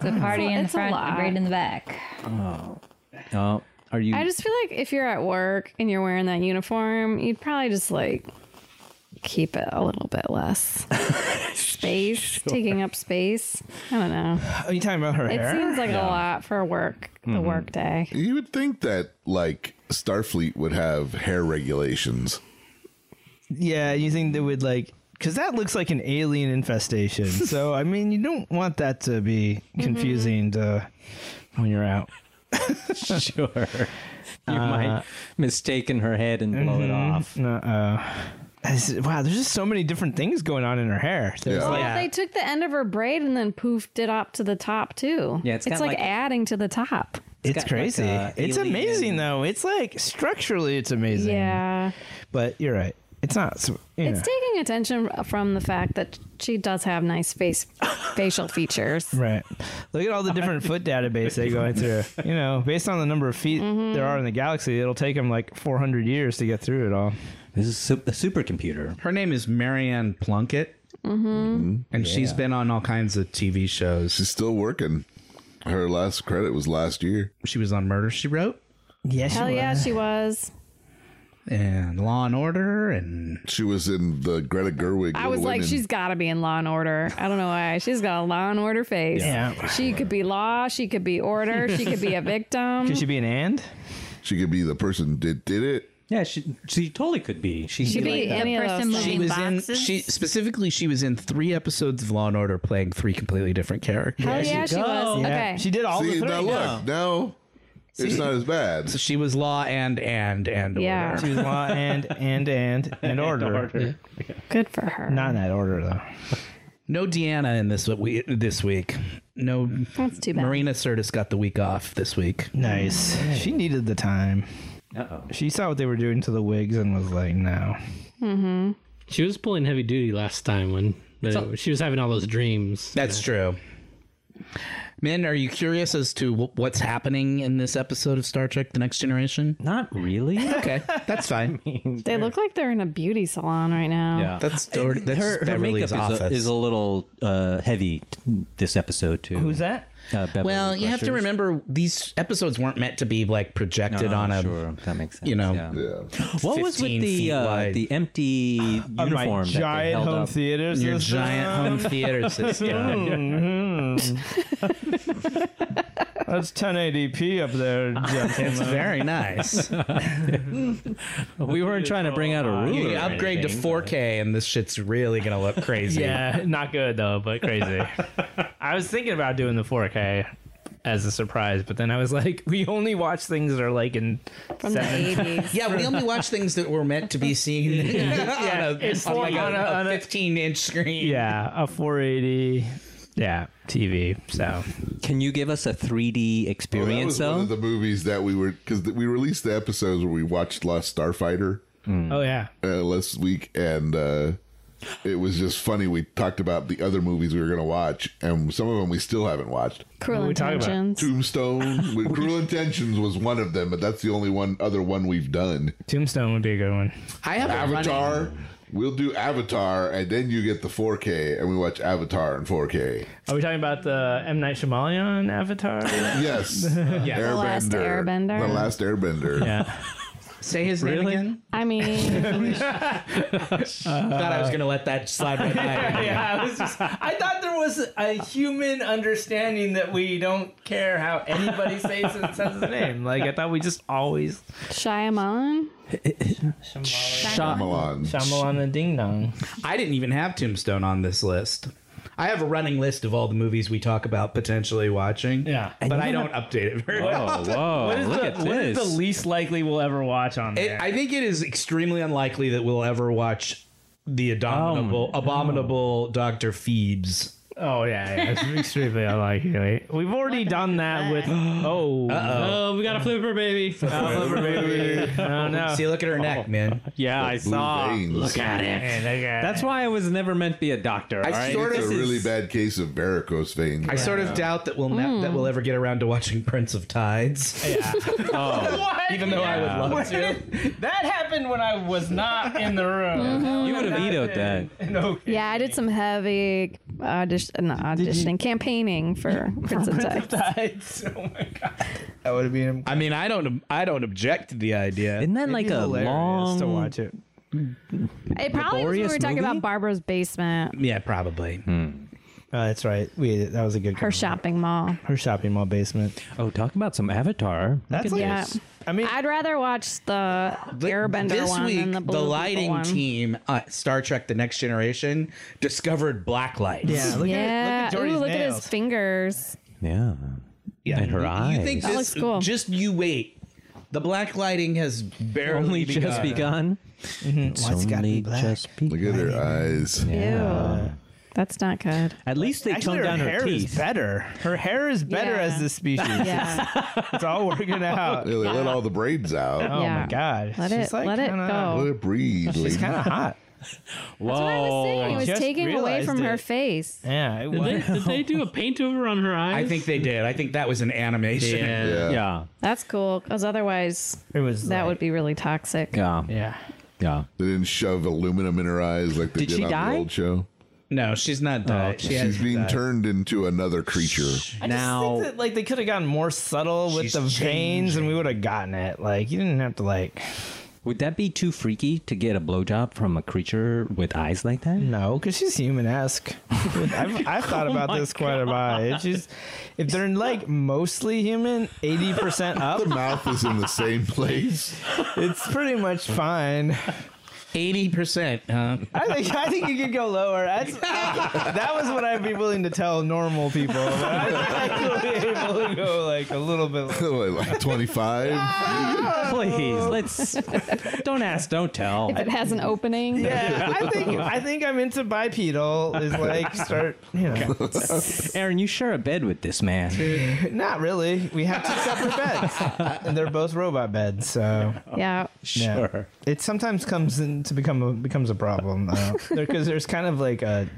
Speaker 3: The party in the
Speaker 4: it's a
Speaker 3: front,
Speaker 4: lot.
Speaker 3: and braid in the back.
Speaker 2: Oh, are you?
Speaker 4: I just feel like if you're at work and you're wearing that uniform, you'd probably just like keep it a little bit [laughs] less space, taking up space. I don't know.
Speaker 7: Are you talking about her
Speaker 4: It
Speaker 7: hair?
Speaker 4: seems like a lot for work, the work day.
Speaker 5: You would think that like Starfleet would have hair regulations.
Speaker 7: Yeah, you think they would like because that looks like an alien
Speaker 1: [laughs]
Speaker 7: infestation. so I mean, you don't want that to be
Speaker 4: Mm-hmm.
Speaker 7: confusing to when you're out.
Speaker 2: [laughs] sure. You
Speaker 1: Uh,
Speaker 2: might mistaken her head and blow it
Speaker 7: mm-hmm.
Speaker 2: off.
Speaker 7: Uh [sighs] oh. Wow, there's just so many different things going on in her hair. There's
Speaker 5: Yeah.
Speaker 4: Well,
Speaker 7: like
Speaker 4: they took the end of her braid and then poofed it up to the top too.
Speaker 2: Yeah, it's
Speaker 4: it's
Speaker 2: kinda
Speaker 4: like,
Speaker 2: like-
Speaker 4: adding to the top.
Speaker 7: it's,
Speaker 2: got like
Speaker 7: crazy.
Speaker 2: a
Speaker 7: it's
Speaker 2: alien-
Speaker 7: amazing though. It's like structurally, it's amazing.
Speaker 4: Yeah.
Speaker 7: but you're right. It's not. so- You
Speaker 4: It's
Speaker 7: know.
Speaker 4: taking attention from the fact that she does have nice face facial features.
Speaker 7: Right. Look at all the different foot database they go through. You know, based on the number of feet there are in the galaxy, it'll take them like 400 years to get through it all.
Speaker 2: This is su- a supercomputer.
Speaker 6: Her name is Marianne Plunkett. Mm-hmm. And she's been on all kinds of TV shows.
Speaker 5: She's still working. Her last credit was last year.
Speaker 6: She was on Murder, She Wrote,
Speaker 7: Yes,
Speaker 4: Hell yeah, [laughs] she was.
Speaker 6: and Law and Order, and
Speaker 5: She was in the Greta Gerwig.
Speaker 4: I was
Speaker 5: Little
Speaker 4: like,
Speaker 5: Women.
Speaker 4: she's got to be in Law and Order. I don't know why. She's got a Law and Order face.
Speaker 7: Yeah.
Speaker 4: She could be law. She could be order. She could be a victim.
Speaker 7: Could she be an and?
Speaker 5: She could be the person that did it.
Speaker 2: Yeah, she she totally could be. She,
Speaker 4: She'd be
Speaker 3: The
Speaker 4: any of
Speaker 3: person
Speaker 4: those.
Speaker 3: moving
Speaker 6: was
Speaker 3: boxes.
Speaker 6: in. She specifically, she was in three episodes of Law and Order, playing three completely different characters.
Speaker 4: Hell yeah, she was.
Speaker 7: Yeah.
Speaker 4: Okay.
Speaker 7: She did all
Speaker 5: See,
Speaker 7: the
Speaker 5: now
Speaker 7: three.
Speaker 5: look, now it's not as bad.
Speaker 6: So she was Law and and and
Speaker 4: Yeah.
Speaker 6: Order.
Speaker 7: She was law and and and and order.
Speaker 4: Good for her.
Speaker 7: Not in that order though.
Speaker 6: No Deanna in this we this week. No,
Speaker 4: That's too bad.
Speaker 6: Marina Sirtis got the week off this week.
Speaker 7: Nice. She needed the time.
Speaker 2: Uh-oh.
Speaker 7: She saw what they were doing to the wigs and was like, no.
Speaker 10: She was pulling heavy duty last time when the, she was having all those dreams.
Speaker 6: That's true. Men, are you curious as to wh- what's happening in this episode of Star Trek: The Next Generation?
Speaker 2: Not
Speaker 4: [laughs]
Speaker 2: really.
Speaker 6: Okay, that's [laughs] fine.
Speaker 4: They look like they're in a beauty salon right now.
Speaker 2: Yeah.
Speaker 6: That's Dor- that's
Speaker 2: her, her
Speaker 6: Beverly's
Speaker 2: makeup is a,
Speaker 6: office.
Speaker 2: is a little uh, heavy t- this episode too.
Speaker 7: Who's that?
Speaker 2: Uh, Beverly
Speaker 6: well, you have to
Speaker 2: Crusher's.
Speaker 6: remember these episodes weren't meant to be like projected
Speaker 2: Oh,
Speaker 6: on a.
Speaker 2: sure. That makes sense.
Speaker 6: you know.
Speaker 2: yeah.
Speaker 5: yeah.
Speaker 2: what was
Speaker 6: 15
Speaker 2: with
Speaker 6: feet
Speaker 2: the uh,
Speaker 6: wide.
Speaker 2: the empty
Speaker 7: Of my
Speaker 2: uniform? that they
Speaker 7: giant
Speaker 2: held
Speaker 7: home
Speaker 2: up?
Speaker 7: theaters.
Speaker 6: Your
Speaker 7: is-
Speaker 6: giant home
Speaker 2: um, [laughs]
Speaker 6: theater system.
Speaker 7: That's 1080p up there,
Speaker 2: [laughs]
Speaker 6: it's
Speaker 7: gentlemen.
Speaker 6: very nice.
Speaker 2: We weren't trying to bring out a ruler.
Speaker 6: You
Speaker 2: or
Speaker 6: upgrade to
Speaker 2: anything.
Speaker 6: 4K, and this shit's really gonna
Speaker 2: [laughs]
Speaker 6: look crazy.
Speaker 1: [laughs] yeah, not good though, but crazy.
Speaker 7: I was thinking about doing the 4K.
Speaker 1: as a surprise, but then I was like, we only watch things that are like in
Speaker 4: From the 80s.
Speaker 6: Yeah, we only watch things that were meant to be seen
Speaker 1: [laughs]
Speaker 6: on a,
Speaker 1: it's
Speaker 6: on
Speaker 1: four-
Speaker 6: like a,
Speaker 1: on a-
Speaker 6: a
Speaker 1: on a-
Speaker 6: 15 inch screen.
Speaker 1: yeah a 480 yeah, TV. So
Speaker 2: Can you give us a 3D
Speaker 5: Well, that
Speaker 2: experience
Speaker 5: was one of
Speaker 2: though?
Speaker 5: the movies that we were because we released the episodes where we watched Last Starfighter
Speaker 2: Hmm.
Speaker 1: oh yeah,
Speaker 5: uh, last week, and uh, it was just funny. We talked about the other movies we were going to watch, and some of them we still haven't watched.
Speaker 4: Cruel
Speaker 1: we talking about?
Speaker 4: Intentions.
Speaker 5: Tombstone, with Cruel Intentions was one of them, but that's the only one other one we've done.
Speaker 1: Tombstone would be a good one.
Speaker 6: I have a running-
Speaker 5: Avatar. We'll do Avatar, and then you get the 4K, and we watch Avatar in 4K.
Speaker 1: Are we talking about the M Night Shyamalan Avatar?
Speaker 5: Yes, yeah.
Speaker 4: [laughs] The Last Airbender.
Speaker 5: The Last Airbender.
Speaker 1: yeah.
Speaker 6: Say his name again.
Speaker 4: I mean,
Speaker 6: Thought I was gonna let that slide right by.
Speaker 1: [laughs] Yeah, I was just, I thought there was a human understanding that we don't care how anybody says it, says his name. Like I thought we just always
Speaker 4: Shyamalan.
Speaker 5: Shyamalan.
Speaker 1: Shyamalan and Ding Dong.
Speaker 6: [laughs] I didn't even have Tombstone on this list. I have a running list of all the movies we talk about potentially watching.
Speaker 1: Yeah.
Speaker 6: but I don't update
Speaker 1: [laughs]
Speaker 6: it very
Speaker 2: Oh,
Speaker 6: often.
Speaker 2: whoa!
Speaker 1: What is,
Speaker 2: look
Speaker 1: the,
Speaker 2: at
Speaker 1: what is
Speaker 2: this.
Speaker 1: the least likely we'll ever watch on
Speaker 6: It,
Speaker 1: there?
Speaker 6: I think it is extremely unlikely that we'll ever watch the abominable, abominable Doctor Phoebes.
Speaker 1: oh yeah, yeah, it's extremely unlikely. We've already done that
Speaker 2: [gasps]
Speaker 1: with. Oh,
Speaker 10: Oh, we got a flipper, baby.
Speaker 1: Um, oh no!
Speaker 6: See, look at her neck, man.
Speaker 2: yeah, I
Speaker 5: Blue veins.
Speaker 1: Man, that guy-
Speaker 2: That's why I was never meant to be a doctor. all right?
Speaker 6: sort of-
Speaker 5: It's
Speaker 2: This
Speaker 5: a
Speaker 2: is-
Speaker 5: really bad case of varicose veins.
Speaker 6: I sort of doubt that we'll ne- that
Speaker 4: Hmm.
Speaker 6: we'll ever get around to watching Prince of Tides. Even though I would love to.
Speaker 1: that happened when I was not in the room.
Speaker 2: You would have vetoed that.
Speaker 1: [laughs] No.
Speaker 4: Yeah, I did some heavy audition, not auditioning, campaigning for Prince of Tides.
Speaker 1: oh my god.
Speaker 7: That would have been
Speaker 6: I mean, I don't I don't object to the idea.
Speaker 2: Isn't that like a
Speaker 7: hilarious
Speaker 2: long?
Speaker 7: to watch it.
Speaker 4: It probably was when we
Speaker 2: Laborious
Speaker 4: were talking
Speaker 2: movie?
Speaker 4: about Barbara's basement,
Speaker 6: Yeah, probably.
Speaker 7: Uh, that's right. We that was a good
Speaker 4: her
Speaker 7: shop
Speaker 4: shopping mall.
Speaker 7: her shopping mall basement.
Speaker 2: Oh, talk about some Avatar.
Speaker 7: That's like
Speaker 4: Yeah.
Speaker 7: I mean
Speaker 4: I'd rather watch the Airbender
Speaker 6: this
Speaker 4: one
Speaker 6: week,
Speaker 4: than the Blue People
Speaker 6: lighting
Speaker 4: one.
Speaker 6: team at Star Trek: The Next Generation discovered black lights.
Speaker 7: yeah, look
Speaker 4: Yeah.
Speaker 7: at look at,
Speaker 4: Ooh,
Speaker 7: Jordy's
Speaker 4: look at his
Speaker 7: nails.
Speaker 4: fingers.
Speaker 2: Yeah.
Speaker 6: yeah.
Speaker 2: And her
Speaker 6: You think
Speaker 2: eyes.
Speaker 6: this,
Speaker 4: looks cool.
Speaker 6: Just you wait. The black lighting has barely
Speaker 2: Only
Speaker 6: begun.
Speaker 2: just begun. It's
Speaker 7: What's gotta be
Speaker 2: only
Speaker 7: black?
Speaker 2: just
Speaker 5: Look at
Speaker 2: begun.
Speaker 5: her eyes.
Speaker 4: Ew. That's not
Speaker 7: [laughs]
Speaker 4: good.
Speaker 2: At least they toned
Speaker 7: Actually, her
Speaker 2: down her,
Speaker 7: hair is
Speaker 2: teeth.
Speaker 7: better. Her hair is better
Speaker 4: Yeah.
Speaker 7: as this species.
Speaker 4: [laughs] Yeah.
Speaker 7: It's all [laughs] working out.
Speaker 5: Yeah, they let all the braids out.
Speaker 7: Oh
Speaker 4: Yeah.
Speaker 7: my god!
Speaker 4: Let
Speaker 7: She's
Speaker 4: it-
Speaker 7: like
Speaker 4: let it
Speaker 7: kinda-
Speaker 4: go.
Speaker 5: Let it breathe, lady.
Speaker 7: She's kind of hot.
Speaker 4: That's what I was saying. It
Speaker 2: Whoa.
Speaker 4: was
Speaker 7: just
Speaker 4: taking away
Speaker 7: realized
Speaker 4: from her
Speaker 7: it.
Speaker 4: face.
Speaker 7: Yeah, it [laughs]
Speaker 10: Did
Speaker 7: was.
Speaker 10: they, did they do a paint over on her eyes?
Speaker 6: I think they did. I think that was an animation.
Speaker 10: Yeah.
Speaker 5: yeah.
Speaker 2: Yeah.
Speaker 4: That's cool, because otherwise
Speaker 7: It was
Speaker 4: that
Speaker 7: like-
Speaker 4: would be really toxic.
Speaker 2: Yeah.
Speaker 7: Yeah.
Speaker 2: Yeah.
Speaker 5: They didn't shove aluminum in her eyes like they
Speaker 2: Did
Speaker 5: did,
Speaker 2: she
Speaker 5: on
Speaker 2: die?
Speaker 5: the old show.
Speaker 6: No, Oh, she's not dead. She
Speaker 5: She's
Speaker 6: has
Speaker 5: being
Speaker 6: died.
Speaker 5: turned into another creature.
Speaker 2: Now,
Speaker 7: Think that, like they could have gotten more subtle with
Speaker 6: She's
Speaker 7: the veins, and we would have gotten it. Like you didn't have to like
Speaker 2: would that be too freaky to get a blowjob from a creature with eyes like that?
Speaker 7: no, because she's [laughs] human-esque. I've, I've thought about this quite a lot. It's just if they're like mostly human, eighty percent up,
Speaker 5: The mouth is in the same place. [laughs]
Speaker 7: it's pretty much fine.
Speaker 6: 80%. Huh?
Speaker 7: I think I think you could go lower. That's, that was what I'd be willing to tell normal people. [laughs] But I think I could be able to go like a little bit. Lower.
Speaker 5: like
Speaker 2: [laughs]
Speaker 5: 25.
Speaker 2: Please, [laughs] let's don't ask, don't tell.
Speaker 4: If it has an opening,
Speaker 7: Yeah, I think I think I'm into bipedal. Is like start, you know,
Speaker 2: Aaron, you share a bed with this man.
Speaker 7: not really. We have two separate beds, and they're both robot beds. So
Speaker 4: yeah.
Speaker 7: yeah. it sometimes comes in to become a, becomes a problem because there's kind of like a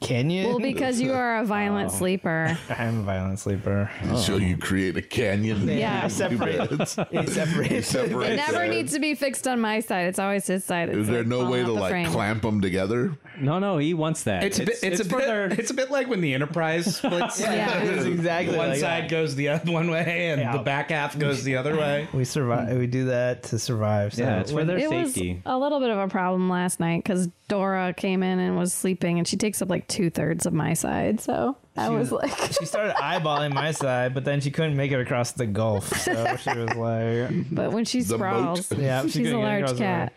Speaker 7: canyon.
Speaker 4: Well, because you are a violent sleeper.
Speaker 7: I'm a violent sleeper.
Speaker 5: So you create a canyon.
Speaker 4: Yeah.
Speaker 7: separate. [laughs] It
Speaker 5: You
Speaker 7: separates.
Speaker 5: separate
Speaker 4: It never
Speaker 5: them.
Speaker 4: needs to be fixed on my side. It's always his side. It's
Speaker 5: Is there
Speaker 4: like
Speaker 5: no
Speaker 4: falling
Speaker 5: way
Speaker 4: out
Speaker 5: to
Speaker 4: the
Speaker 5: like
Speaker 4: frame.
Speaker 5: clamp them together?
Speaker 2: No, no, he wants that.
Speaker 6: It's, a bit, it's, a bit, it's a bit like when the Enterprise splits.
Speaker 4: Yeah.
Speaker 7: It's exactly
Speaker 6: One
Speaker 7: like that.
Speaker 6: side goes the other one way, and the back half goes the other way.
Speaker 7: We survive. We do that to survive. So.
Speaker 2: Hmm. yeah, it's for their
Speaker 4: It
Speaker 2: safety.
Speaker 4: was a little bit of a problem last night because Dora came in and was sleeping, and she takes up like two thirds of my side. So I was like, [laughs]
Speaker 7: [laughs] she started eyeballing my side, but then she couldn't make it across the gulf. So she was
Speaker 2: [laughs]
Speaker 7: like,
Speaker 4: but when she
Speaker 5: The moat.
Speaker 4: sprawls,
Speaker 7: [laughs] "Yeah, she
Speaker 4: she's a
Speaker 7: couldn't get
Speaker 4: large
Speaker 7: across the-
Speaker 4: cat.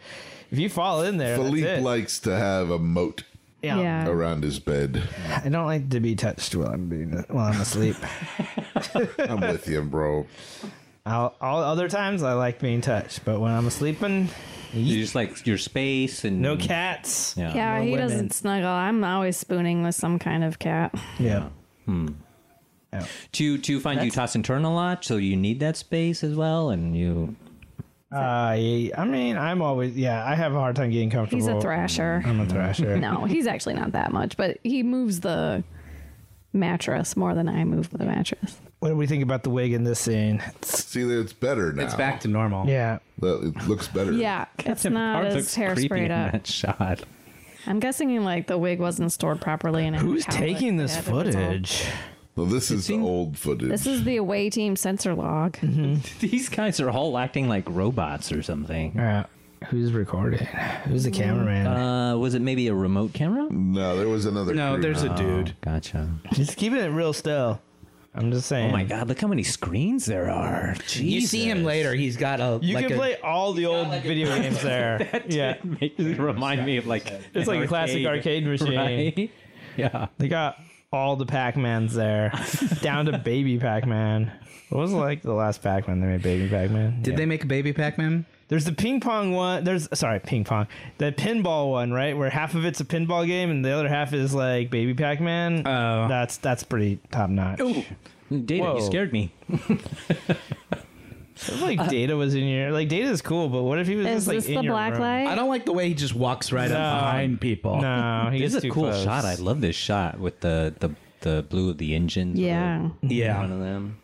Speaker 7: If you fall in there, that's
Speaker 5: Philippe
Speaker 7: it.
Speaker 5: likes to have a moat
Speaker 7: yeah.
Speaker 4: Yeah.
Speaker 5: around his bed.
Speaker 7: I don't like to be touched while I'm being while I'm
Speaker 2: [laughs]
Speaker 7: asleep.
Speaker 5: I'm with you, bro.
Speaker 7: I'll, all other times I like being touched, but when I'm sleeping,
Speaker 2: You just like your space and
Speaker 7: no cats.
Speaker 2: Hmm. Yeah.
Speaker 4: Yeah,
Speaker 7: No
Speaker 4: he
Speaker 7: women.
Speaker 4: doesn't snuggle. I'm always spooning with some kind of cat.
Speaker 7: Yeah.
Speaker 2: Hmm. Do you, do you find you toss and turn a lot, so you need that space as well, and you
Speaker 7: Uh, yeah, I mean, I'm always yeah. I have a hard time getting comfortable.
Speaker 4: He's a thrasher.
Speaker 7: I'm a thrasher.
Speaker 4: [laughs] No, he's actually not that much, but he moves the mattress more than I move the mattress.
Speaker 7: What do we think about the wig in this scene?
Speaker 5: See, it's better now.
Speaker 6: It's back to normal.
Speaker 7: Yeah,
Speaker 5: Look, It looks better.
Speaker 4: Yeah, it's not
Speaker 2: Hart
Speaker 4: as
Speaker 2: looks creepy
Speaker 4: hairsprayed
Speaker 2: in
Speaker 4: up.
Speaker 2: that shot. [laughs]
Speaker 4: I'm guessing like the wig wasn't stored properly. And
Speaker 7: who's taking this footage?
Speaker 5: Well, this is old footage.
Speaker 4: This is the away team sensor log.
Speaker 2: These guys are all acting like robots or something.
Speaker 7: Yeah, who's recording? Who's the cameraman?
Speaker 2: Uh, was it maybe a remote camera?
Speaker 5: no, there was another.
Speaker 6: No,
Speaker 5: crew.
Speaker 6: there's a dude.
Speaker 2: Gotcha.
Speaker 7: Just keeping it real still. I'm just saying.
Speaker 2: Oh my god, look how many screens there are. Jesus.
Speaker 6: You see him later. He's got a.
Speaker 7: You
Speaker 6: like
Speaker 7: can
Speaker 6: a-
Speaker 7: play all the old video
Speaker 6: [laughs]
Speaker 7: games there. Yeah,
Speaker 2: [laughs] Make- remind me of like
Speaker 7: it's like a classic arcade machine.
Speaker 2: right? Yeah.
Speaker 7: They got all the Pac-Mans
Speaker 6: [laughs]
Speaker 7: there, down to baby Pac-Man. What was like the last Pac-Man they made? Baby Pac-Man.
Speaker 6: Did they make a baby Pac-Man?
Speaker 7: There's the ping pong one. There's sorry, ping pong. The pinball one, right? Where half of it's a pinball game and the other half is like baby Pac-Man.
Speaker 6: Oh.
Speaker 7: that's that's pretty top notch.
Speaker 2: Data,
Speaker 7: Whoa.
Speaker 2: you scared me.
Speaker 7: Like Data was in your like Data's cool, but what if he was
Speaker 4: Is
Speaker 7: just like
Speaker 4: this
Speaker 7: in
Speaker 4: the
Speaker 7: your
Speaker 4: black
Speaker 7: room?
Speaker 4: light?
Speaker 6: I don't like the way he just walks right up
Speaker 7: No.
Speaker 6: behind people.
Speaker 7: No, Oh, he
Speaker 2: This
Speaker 7: gets
Speaker 2: is a
Speaker 7: too
Speaker 2: cool
Speaker 7: close.
Speaker 2: shot. I love this shot with the the the blue of the engines. with
Speaker 4: yeah.
Speaker 2: One
Speaker 6: Yeah.
Speaker 2: of them.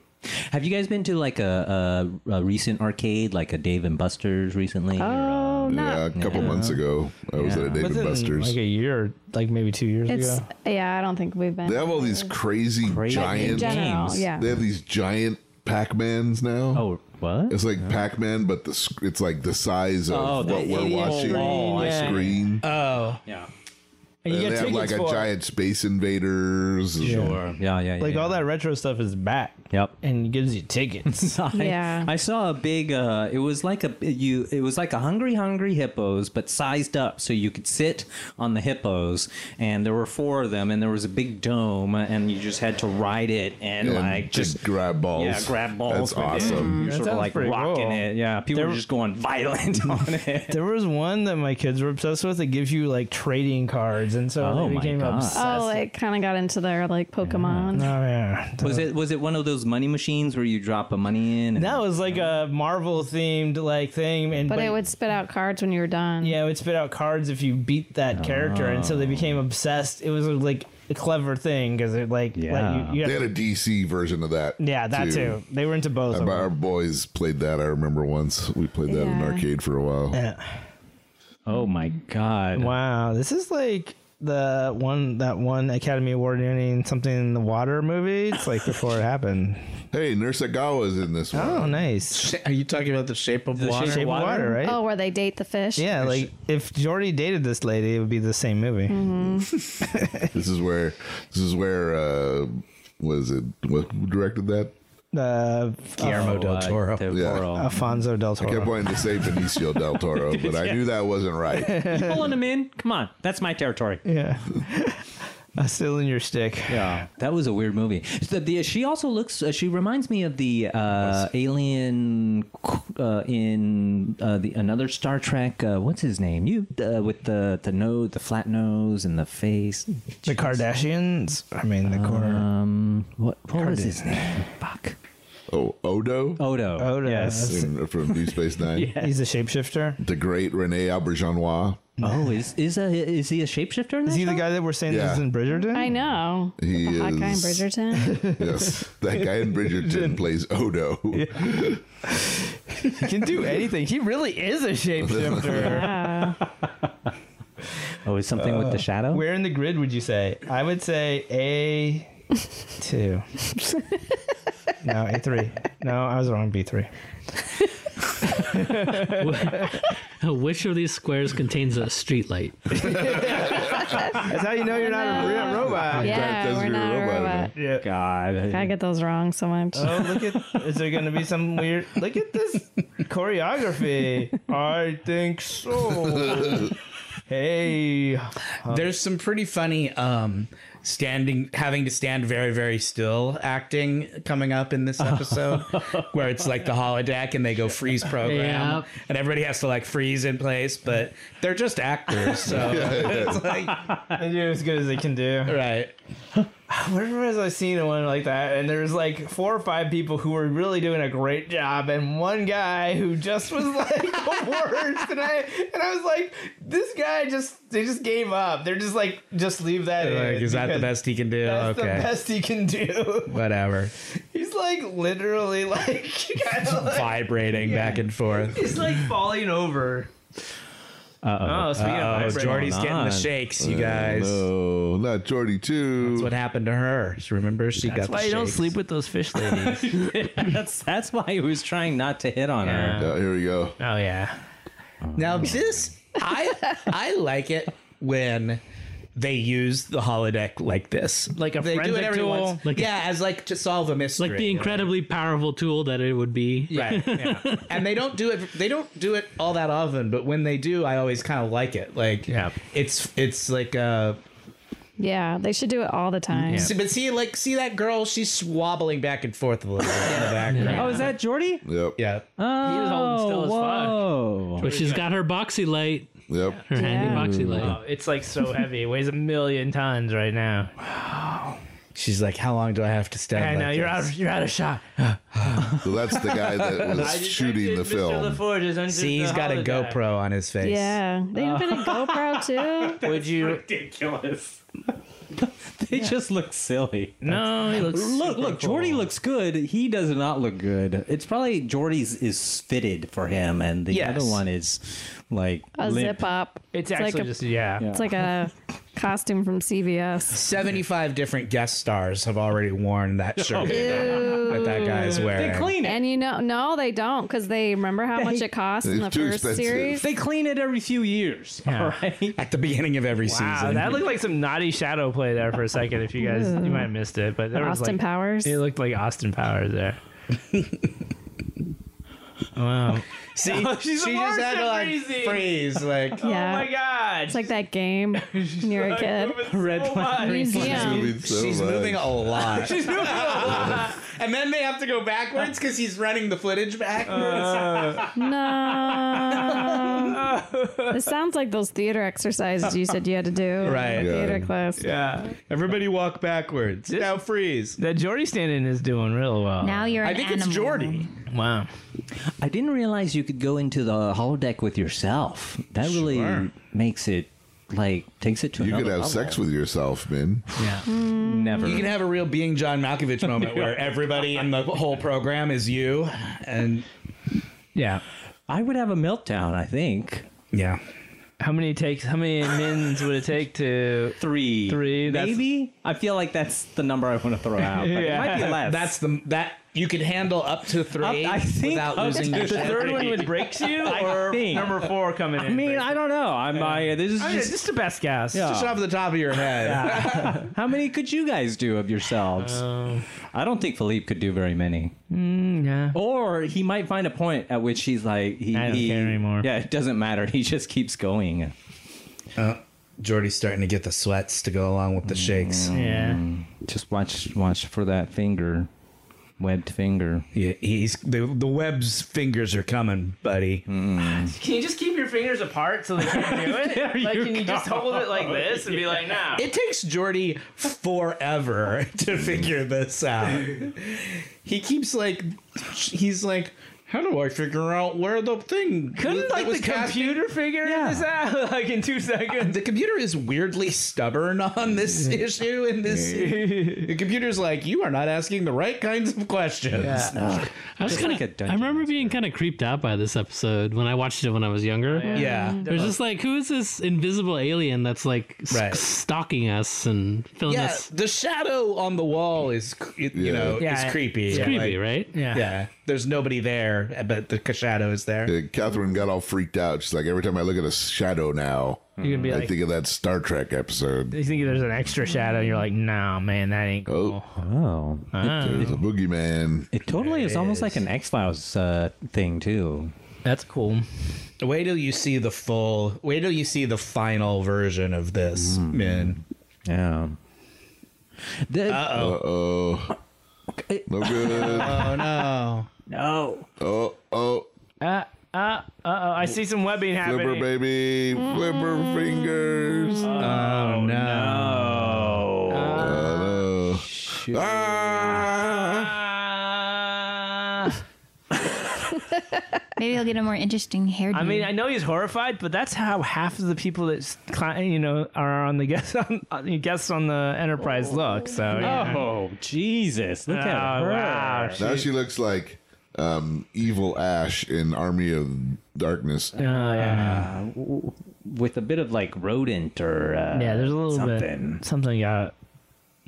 Speaker 2: Have you guys been to like a, a, a recent arcade, like a Dave and Buster's recently?
Speaker 4: Oh,
Speaker 5: Yeah,
Speaker 4: not.
Speaker 5: a couple months ago, I was at a Dave
Speaker 7: Within,
Speaker 5: and Buster's.
Speaker 7: like a year, like maybe two years
Speaker 4: It's
Speaker 7: ago.
Speaker 4: yeah. I don't think we've been.
Speaker 5: They have all these crazy,
Speaker 2: Crazy
Speaker 4: in
Speaker 5: giant.
Speaker 4: general,
Speaker 2: games.
Speaker 4: yeah.
Speaker 5: They have these giant Pac-Mans now.
Speaker 2: oh, what?
Speaker 5: It's like Pac-Man, but the sc- it's like the size of
Speaker 2: Oh, the
Speaker 5: what we're
Speaker 2: whole
Speaker 5: watching
Speaker 2: wall,
Speaker 5: on
Speaker 2: I see.
Speaker 5: screen.
Speaker 6: Oh.
Speaker 2: Yeah.
Speaker 7: And you get
Speaker 5: and they have
Speaker 7: tickets
Speaker 5: like a
Speaker 7: for it.
Speaker 5: giant Space Invaders. and-
Speaker 2: Sure. Yeah, yeah, yeah.
Speaker 7: like all that retro stuff is back.
Speaker 2: Yep.
Speaker 7: and gives you tickets.
Speaker 10: [laughs]
Speaker 2: I,
Speaker 4: Yeah.
Speaker 2: I saw a big. Uh, it was like a you. It was like a hungry, hungry hippos, but sized up, so you could sit on the hippos. And there were four of them, and there was a big dome, and you just had to ride it and,
Speaker 5: And
Speaker 2: like
Speaker 5: just
Speaker 2: just
Speaker 5: grab balls.
Speaker 2: yeah, grab balls.
Speaker 5: That's
Speaker 2: with it.
Speaker 5: awesome.
Speaker 2: You're
Speaker 7: Mm, That
Speaker 2: sort of
Speaker 7: sounds
Speaker 2: like
Speaker 7: pretty
Speaker 2: rocking
Speaker 7: cool.
Speaker 2: it. Yeah, people were
Speaker 7: There-
Speaker 2: just going [laughs] violent
Speaker 7: [laughs]
Speaker 2: on it.
Speaker 7: There was one that my kids were obsessed with. It gives you like trading cards, and so
Speaker 2: Oh
Speaker 7: they
Speaker 2: my
Speaker 7: became
Speaker 2: God.
Speaker 7: obsessed.
Speaker 4: oh, like kind of got into their like Pokemon.
Speaker 7: oh yeah,
Speaker 2: Was it was it one of those money machines where you drop a money in? And,
Speaker 7: That was like a Marvel themed like thing, and
Speaker 4: But
Speaker 7: but
Speaker 4: it would spit out cards when you were done.
Speaker 7: yeah, it would spit out cards if you beat that character, and
Speaker 2: Oh.
Speaker 7: so they became obsessed. It was like a clever thing because it like
Speaker 2: Yeah.
Speaker 7: like you, you
Speaker 5: They had
Speaker 7: had,
Speaker 5: a DC version of that. Uh,
Speaker 7: yeah that too. They were into both. Of
Speaker 5: Our,
Speaker 7: them.
Speaker 5: our boys played that. I remember once we played that in
Speaker 4: Yeah.
Speaker 5: an arcade for a while.
Speaker 2: oh my god!
Speaker 7: Wow, this is like the one that one Academy Award winning something in the water movie. It's like before it happened.
Speaker 5: Hey, Nurse Agawa's in this one.
Speaker 7: [laughs] Oh, nice.
Speaker 6: Are you talking about the shape of water?
Speaker 7: Shape of water, right?
Speaker 4: Oh, where they date the fish.
Speaker 7: Yeah, like if Jordy dated this lady, it would be the same movie.
Speaker 4: Mm-hmm.
Speaker 7: Oh.
Speaker 5: This is where this is where uh was it what who directed that?
Speaker 7: Uh,
Speaker 6: Guillermo
Speaker 2: Oh,
Speaker 6: del Toro.
Speaker 2: Del
Speaker 5: Yeah.
Speaker 2: Toro.
Speaker 7: [laughs] Alfonso Del
Speaker 5: I kept
Speaker 7: Toro.
Speaker 5: wanting to say Benicio del
Speaker 6: [laughs]
Speaker 5: Toro, but I knew that wasn't right.
Speaker 2: You pulling them in? Come on, that's my territory.
Speaker 7: Yeah, [laughs] I'm still in your stick.
Speaker 2: Yeah, that was a weird movie. The, the- she also looks. Uh, she reminds me of the uh, alien uh, in uh, the another Star Trek. Uh, what's his name? You uh, with the the nose, the flat nose, and the face.
Speaker 7: The Kardashians. I mean, the corner.
Speaker 2: Um, what what was his name? Fuck.
Speaker 5: Oh, Odo
Speaker 2: Odo.
Speaker 7: Odo. That's-
Speaker 5: in, from Deep Space
Speaker 6: [laughs]
Speaker 5: Nine.
Speaker 7: He's a shapeshifter.
Speaker 5: The great Rene Auberjonois.
Speaker 2: Oh, is is a is he a shapeshifter? In
Speaker 7: Is
Speaker 2: that
Speaker 7: he the
Speaker 2: show?
Speaker 7: guy that we're saying
Speaker 5: Yeah.
Speaker 7: is in Bridgerton?
Speaker 4: I know.
Speaker 5: He
Speaker 4: the hot guy in
Speaker 5: is-
Speaker 4: Bridgerton.
Speaker 6: [laughs]
Speaker 5: Yes, that guy in Bridgerton plays Odo. [laughs]
Speaker 7: He can do anything. He really [laughs] is a shapeshifter.
Speaker 4: yeah.
Speaker 2: Oh, is something with the shadow?
Speaker 7: Uh, Where in the grid would you say? I would say A two. no, A three. No, I was wrong. B three.
Speaker 10: Which of these squares contains a street light?
Speaker 7: That's how you know you're not a real robot.
Speaker 5: does
Speaker 4: yeah, we're
Speaker 5: your
Speaker 4: not a
Speaker 5: robot,
Speaker 4: robot.
Speaker 7: Yeah.
Speaker 4: I
Speaker 2: God.
Speaker 4: get those wrong so much.
Speaker 7: Oh, look at. Is there going to be some weird. Look at this choreography. I think so. Hey.
Speaker 6: There's some pretty funny um, standing having to stand very very still acting coming up in this episode where it's like the holodeck and they go freeze program
Speaker 10: Yep.
Speaker 6: and everybody has to like freeze in place but they're just actors so it's like
Speaker 7: They do as good as they can do.
Speaker 6: right
Speaker 7: Where was I seeing one like that? And there's like four or five people who were really doing a great job, and one guy who just was like [laughs] the worst. And I and I was like, this guy just they just gave up. They're just like just leave that.
Speaker 6: Like,
Speaker 7: in
Speaker 6: is that the
Speaker 7: because
Speaker 6: best he can do
Speaker 7: That's
Speaker 6: okay
Speaker 7: the best he can do. [laughs]
Speaker 6: whatever
Speaker 7: He's like literally like [laughs] kind of like
Speaker 6: vibrating back and forth
Speaker 7: he's like falling over. Uh-oh. Oh, speaking
Speaker 6: oh
Speaker 7: of vibrating.
Speaker 6: jordy's getting the
Speaker 2: on?
Speaker 6: shakes you guys
Speaker 5: No, Oh, not Jordy
Speaker 6: That's
Speaker 5: too.
Speaker 6: what happened to her. She- Remember, she got.
Speaker 1: That's why
Speaker 6: the
Speaker 1: you don't
Speaker 6: shakes.
Speaker 1: sleep with those
Speaker 10: [laughs]
Speaker 1: fish ladies.
Speaker 2: [laughs] That's that's why he was trying not to hit on her.
Speaker 5: Oh, here we go.
Speaker 1: oh yeah.
Speaker 6: Now this, I I like it when they use the holodeck like this,
Speaker 1: Like a
Speaker 6: they do it
Speaker 1: forensic
Speaker 6: every
Speaker 1: tool?
Speaker 6: once.
Speaker 10: Like a-
Speaker 6: yeah, as like to solve a mystery,
Speaker 10: Like the incredibly powerful tool that it would be.
Speaker 1: [laughs]
Speaker 6: Right. Yeah. and they don't do it. They don't do it all that often, but when they do, I always kind of like it. Like,
Speaker 1: Yeah.
Speaker 6: it's it's like uh,
Speaker 4: Yeah, they should do it all the time.
Speaker 6: see, but see, like see that girl, she's swobbling back and forth a little bit in the background.
Speaker 2: Oh, is that Jordy?
Speaker 5: Yep.
Speaker 6: Yeah,
Speaker 2: Oh,
Speaker 1: was holding still as fuck.
Speaker 2: whoa.
Speaker 10: But she's got her boxy light,
Speaker 5: Yep.
Speaker 10: her handy boxy light.
Speaker 1: Oh, it's like so heavy. It weighs a million tons right now.
Speaker 6: she's like, "How long do I have to stand?"
Speaker 1: I
Speaker 6: like
Speaker 1: know you're
Speaker 6: this?"
Speaker 1: out. Of, you're out of shot.
Speaker 5: So that's the guy
Speaker 6: [laughs]
Speaker 5: that was shooting the film.
Speaker 6: See, he's got a GoPro on his face.
Speaker 4: Yeah, they have been a
Speaker 7: Oh.
Speaker 4: GoPro
Speaker 7: [laughs]
Speaker 4: too.
Speaker 1: Would you?
Speaker 2: They just look silly.
Speaker 1: No, he looks.
Speaker 2: Look, look, Jordy looks good. He does not look good. It's probably Jordy's is fitted for him, and the
Speaker 1: Yes.
Speaker 2: other one is like
Speaker 4: A
Speaker 2: limp.
Speaker 4: zip up.
Speaker 1: It's
Speaker 4: like
Speaker 1: actually
Speaker 4: a-
Speaker 1: just yeah. [laughs]
Speaker 4: It's like a costume from CVS.
Speaker 6: 75 different guest stars have already worn that shirt that that guy is wearing.
Speaker 2: They clean it.
Speaker 4: And you know, no, they don't, because they remember how much it costs in
Speaker 5: It's
Speaker 4: the
Speaker 5: too
Speaker 4: first
Speaker 5: expensive.
Speaker 4: series.
Speaker 2: They clean it every few years. All right.
Speaker 6: At the beginning of every
Speaker 1: Wow,
Speaker 6: season.
Speaker 1: that looked like some naughty shadow play there for a second. If you guys, you might have missed it, but there was
Speaker 4: Austin
Speaker 1: like,
Speaker 4: Powers.
Speaker 1: It looked like Austin Powers there. wow.
Speaker 6: See,
Speaker 1: she's
Speaker 6: she
Speaker 1: the
Speaker 6: just
Speaker 1: worst
Speaker 6: had to
Speaker 1: at
Speaker 6: like
Speaker 1: freezing.
Speaker 6: freeze. Like,
Speaker 4: yeah,
Speaker 1: Oh my god.
Speaker 4: it's like that game when you're a kid.
Speaker 1: [laughs] Red
Speaker 4: Museum.
Speaker 5: Moving so
Speaker 6: she's
Speaker 5: much.
Speaker 6: moving a lot. she's moving a lot. [laughs] and then they have to go backwards because he's running the footage backwards.
Speaker 4: No. this sounds like those theater exercises you said you had to do. in
Speaker 6: Right.
Speaker 4: Theater
Speaker 5: Yeah.
Speaker 4: class.
Speaker 1: Yeah.
Speaker 6: Everybody walk backwards. Now freeze.
Speaker 1: That Jordy standing is doing real well.
Speaker 3: Now you're an
Speaker 6: I think
Speaker 3: animal.
Speaker 6: it's Jordy.
Speaker 1: Wow.
Speaker 2: I didn't realize you could go into the holodeck with yourself. That really
Speaker 6: Sure.
Speaker 2: makes it like takes it to
Speaker 5: You
Speaker 2: another
Speaker 5: could have
Speaker 2: level.
Speaker 5: sex with yourself, man.
Speaker 1: Yeah.
Speaker 2: never.
Speaker 6: You can have a real being John Malkovich moment where everybody in the whole program is you. And
Speaker 1: Yeah.
Speaker 2: I would have a meltdown. I think
Speaker 6: yeah.
Speaker 1: How many takes? How many mins would it take to?
Speaker 2: three,
Speaker 1: Three, that's-
Speaker 2: maybe. I feel like that's the number I want to throw [laughs] out. But It might be less.
Speaker 6: That's the that you can handle up to three
Speaker 2: I think
Speaker 6: without
Speaker 2: up
Speaker 6: losing
Speaker 2: to
Speaker 6: your
Speaker 1: The
Speaker 6: shit.
Speaker 1: third one would break you, or
Speaker 2: think.
Speaker 1: number four coming in.
Speaker 2: I mean,
Speaker 1: breaks
Speaker 2: I don't know. I'm. I, this is
Speaker 1: you? I mean,
Speaker 2: just.
Speaker 1: just the best guess.
Speaker 2: Yeah.
Speaker 6: Just off the top of your head.
Speaker 2: How many could you guys do of yourselves?
Speaker 1: Um,
Speaker 2: I don't think Philippe could do very many.
Speaker 1: Hmm, Yeah.
Speaker 2: Or he might find a point at which he's like, he,
Speaker 1: I don't
Speaker 2: he-
Speaker 1: care anymore.
Speaker 2: Yeah, it doesn't matter. He just keeps going.
Speaker 6: Jordy's starting to get the sweats to go along with the shakes.
Speaker 1: Yeah.
Speaker 2: Just watch, watch for that finger, webbed finger.
Speaker 6: He, he's the the web's fingers are coming, buddy.
Speaker 1: Can you just keep your fingers apart so they can't do [laughs] it? like, can you just hold it like this and be like, nah?
Speaker 6: It takes Jordy forever [laughs] to figure this out. he keeps like, he's like, how do I figure out where the thing
Speaker 1: Couldn't
Speaker 6: that
Speaker 1: like
Speaker 6: was
Speaker 1: the
Speaker 6: casting-"
Speaker 1: computer figure this out [laughs] like in two seconds?
Speaker 6: The computer is weirdly stubborn on [laughs] this issue. In [laughs] this, the computer's like, you are not asking the right kinds of questions.
Speaker 10: I was
Speaker 2: Just
Speaker 10: kinda,
Speaker 2: like a dungeon
Speaker 10: I remember being kind of creeped out by this episode when I watched it when I was younger.
Speaker 6: Oh, yeah.
Speaker 10: It was just like, who is this invisible alien that's like s-
Speaker 6: Right.
Speaker 10: stalking us and filling
Speaker 6: Yeah,
Speaker 10: us?
Speaker 6: the shadow on the wall is, cr- it- you
Speaker 5: Yeah.
Speaker 6: know,
Speaker 1: Yeah,
Speaker 6: is creepy.
Speaker 10: It's creepy,
Speaker 6: Like,
Speaker 10: right?
Speaker 1: Yeah.
Speaker 6: Yeah, there's nobody there, but the shadow is there.
Speaker 5: Uh, Catherine got all freaked out. She's like, every time I look at a shadow now,
Speaker 1: You can be
Speaker 5: I
Speaker 1: like,
Speaker 5: think of that Star Trek episode.
Speaker 1: you think there's an extra shadow, you're like, nah, man, that ain't cool.
Speaker 2: Oh,
Speaker 5: There's a boogeyman.
Speaker 2: it totally is almost like an X Files uh, thing too.
Speaker 1: That's cool.
Speaker 6: Wait till you see the
Speaker 5: Hmm.
Speaker 6: full. Wait till you see the final version of this, man.
Speaker 2: Yeah. The,
Speaker 5: Uh oh.
Speaker 6: [laughs]
Speaker 5: No good.
Speaker 6: Oh no.
Speaker 2: no.
Speaker 5: Oh, oh.
Speaker 1: Uh, uh, uh oh, I see some webbing
Speaker 5: Flipper,
Speaker 1: happening.
Speaker 5: baby. Flipper fingers.
Speaker 6: Mm. Oh no.
Speaker 5: Oh, no. Ah!
Speaker 1: Uh,
Speaker 3: Maybe he'll get a more interesting hairdo.
Speaker 1: I
Speaker 2: Hmm.
Speaker 1: mean, I know he's horrified, but that's how half of the people that s- cli- you know are on the [laughs] guests on, on the guests on the Enterprise look. So yeah.
Speaker 2: Oh, Jesus. Look at
Speaker 1: Oh,
Speaker 2: her.
Speaker 1: wow.
Speaker 5: Now she looks like um, Evil Ash in Army of Darkness.
Speaker 2: With a bit of like rodent or uh,
Speaker 1: Yeah, there's a little
Speaker 2: something.
Speaker 1: bit something got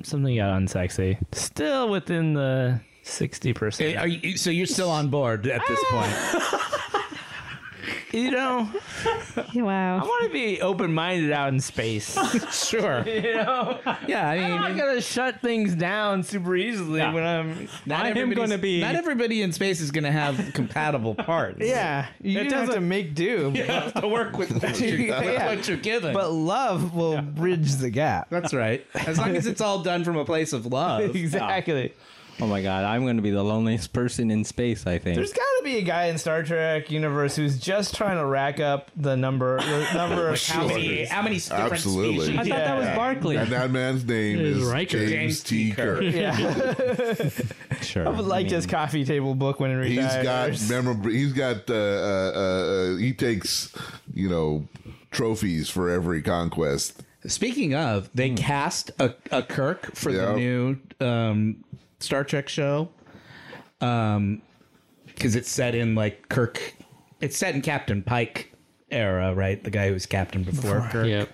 Speaker 1: something got unsexy. Still within the sixty
Speaker 6: Hey,
Speaker 1: percent.
Speaker 6: Are you, so you're still on board at this point?
Speaker 1: You know, I
Speaker 4: Wow.
Speaker 1: want to be open minded out in space.
Speaker 7: [laughs]
Speaker 6: sure.
Speaker 1: you know,
Speaker 6: Yeah, I mean,
Speaker 1: I'm not gonna shut things down super easily when I'm.
Speaker 6: not
Speaker 2: am
Speaker 6: everybody's-
Speaker 2: gonna be-
Speaker 6: Not everybody in space is going to have compatible parts.
Speaker 7: Yeah, you
Speaker 6: It
Speaker 7: just have to
Speaker 6: doesn't-
Speaker 7: make [laughs] do.
Speaker 6: You have to work with what [laughs] you're,
Speaker 7: Yeah.
Speaker 6: with what you're given.
Speaker 7: But love will bridge the gap.
Speaker 6: That's right. As long as it's all done from a place of
Speaker 1: [laughs]
Speaker 7: [laughs]
Speaker 6: love.
Speaker 7: Exactly.
Speaker 2: Oh my God. I'm going to be the loneliest person in space, I think.
Speaker 7: There's got to be a guy in Star Trek universe who's just trying to rack up the number, the number of
Speaker 6: How many, how many different
Speaker 5: Absolutely.
Speaker 2: I
Speaker 6: species?
Speaker 2: thought that was
Speaker 7: Yeah.
Speaker 2: Barkley.
Speaker 5: [laughs] And that man's name
Speaker 10: It
Speaker 5: is
Speaker 10: is Riker.
Speaker 5: James,
Speaker 6: James
Speaker 5: T.
Speaker 6: T.
Speaker 5: Kirk.
Speaker 1: [laughs]
Speaker 2: sure.
Speaker 7: I would [laughs] like his coffee table book when he
Speaker 5: He's got
Speaker 7: retires.
Speaker 5: memorable. He's got. Uh, uh, uh, he takes, you know, trophies for every conquest.
Speaker 6: Speaking of, they cast a, a Kirk for
Speaker 5: Yeah.
Speaker 6: the new um, Star Trek show. Um, because it's set in like Kirk, it's set in Captain Pike era, right? The guy who was captain before, Kirk.
Speaker 10: Yep.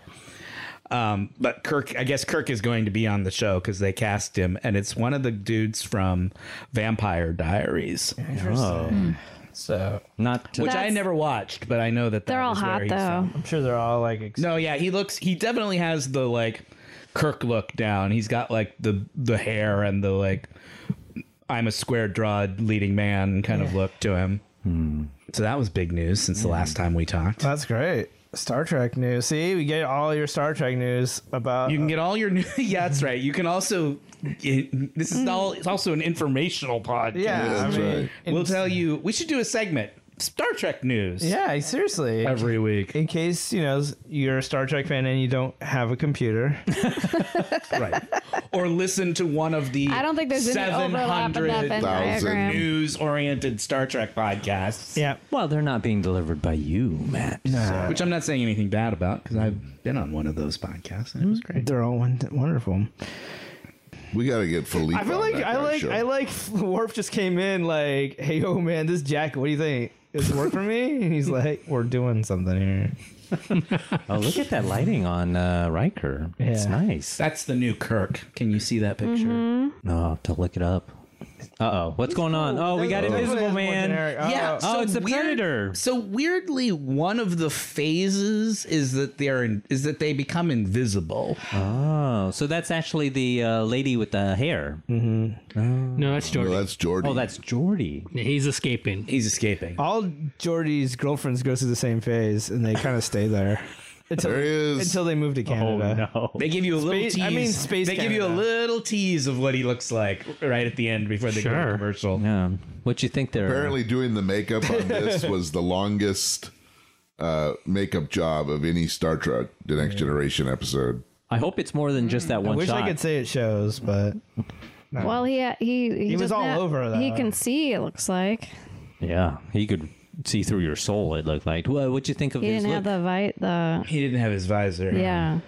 Speaker 6: Um, but Kirk, I guess Kirk is going to be on the show because they cast him, and it's one of the dudes from Vampire Diaries,
Speaker 7: So
Speaker 2: Not uh, to,
Speaker 6: which I
Speaker 4: That's-
Speaker 6: never watched, but I know that
Speaker 4: They're
Speaker 6: that
Speaker 4: all
Speaker 6: is where
Speaker 4: hot
Speaker 6: he's
Speaker 4: though.
Speaker 6: from.
Speaker 7: I'm sure they're all like. Ex-
Speaker 6: No, yeah, he looks. He definitely has the like Kirk look down. He's got like the the hair and the like. I'm a square drawed leading man kind of look to him. Hmm. So that was big news since the last time we talked.
Speaker 7: That's great. Star Trek news. See, we get all your Star Trek news about.
Speaker 6: You can get all your new. [laughs] yeah, that's right. You can also. It, this is all. It's also an informational podcast.
Speaker 7: yeah, I
Speaker 5: That's
Speaker 7: mean,
Speaker 5: right.
Speaker 7: in-
Speaker 6: we'll tell you. We should do a segment Star Trek news.
Speaker 7: Yeah, seriously.
Speaker 6: every week.
Speaker 7: in case you know you're a Star Trek fan and you don't have a [laughs] computer,
Speaker 6: right. Or listen to one of the.
Speaker 4: I don't think there's any overlap in that Venn
Speaker 5: 700,000
Speaker 4: diagram.
Speaker 6: news oriented Star Trek podcasts. uh,
Speaker 7: yeah,
Speaker 2: well, they're not being delivered by you, Matt.
Speaker 6: Which I'm not saying anything bad about because I've been on one of those podcasts and it was great.
Speaker 7: they're all won- wonderful.
Speaker 5: We got to get Philippe.
Speaker 7: I feel
Speaker 5: on
Speaker 7: like
Speaker 5: that
Speaker 7: I
Speaker 5: guy's
Speaker 7: like
Speaker 5: show.
Speaker 7: I like Worf just came in like, hey, oh man, this jacket. What do you think? Does it work for me? And [laughs] he's like, we're doing something here.
Speaker 2: Oh, look at that lighting on uh, Riker. It's
Speaker 7: Yeah.
Speaker 2: nice.
Speaker 6: That's the new Kirk. Can you see that picture?
Speaker 7: Mm-hmm.
Speaker 2: No, I'll have to look it up. Uh oh, what's going on? Oh, we got
Speaker 7: That's what it is,
Speaker 2: Invisible
Speaker 7: more
Speaker 2: Man.
Speaker 7: generic. Oh,
Speaker 6: Yeah.
Speaker 2: Oh, it's the Predator.
Speaker 6: So weirdly, one of the phases is that they're in, is that they become invisible.
Speaker 2: Oh, so that's actually the uh, lady with the hair.
Speaker 10: No, that's
Speaker 5: Well,
Speaker 10: Jordan.
Speaker 5: that's Jordan.
Speaker 2: Oh, that's Jordy.
Speaker 6: [laughs]
Speaker 10: He's escaping.
Speaker 6: He's escaping.
Speaker 7: all Jordy's girlfriends go through the same phase, and they kind of stay there [laughs] until
Speaker 5: there he is.
Speaker 7: until they move to Canada.
Speaker 2: no.
Speaker 6: They give you a little
Speaker 7: Space-
Speaker 6: Oh, tease.
Speaker 7: I mean, Space
Speaker 6: They give you a
Speaker 7: Canada.
Speaker 6: little tease of what he looks like right at the end before they go to
Speaker 10: Sure.
Speaker 6: commercial.
Speaker 2: Yeah. What you think there?
Speaker 5: Apparently, doing the makeup
Speaker 7: [laughs]
Speaker 5: on this was the longest uh, makeup job of any Star Trek: The Next Generation episode.
Speaker 2: I hope it's more than just that
Speaker 7: I
Speaker 2: one
Speaker 7: wish
Speaker 2: shot.
Speaker 7: I could say it shows, but
Speaker 4: Well, he he he,
Speaker 7: was
Speaker 4: does
Speaker 7: all
Speaker 4: not-
Speaker 7: over that.
Speaker 4: He can see. It looks like
Speaker 2: yeah, he could see through your soul. It looked like. Well, what'd you think of
Speaker 4: he
Speaker 2: his
Speaker 4: didn't
Speaker 2: look?
Speaker 4: have the vi- the
Speaker 6: He didn't have his visor.
Speaker 4: yeah.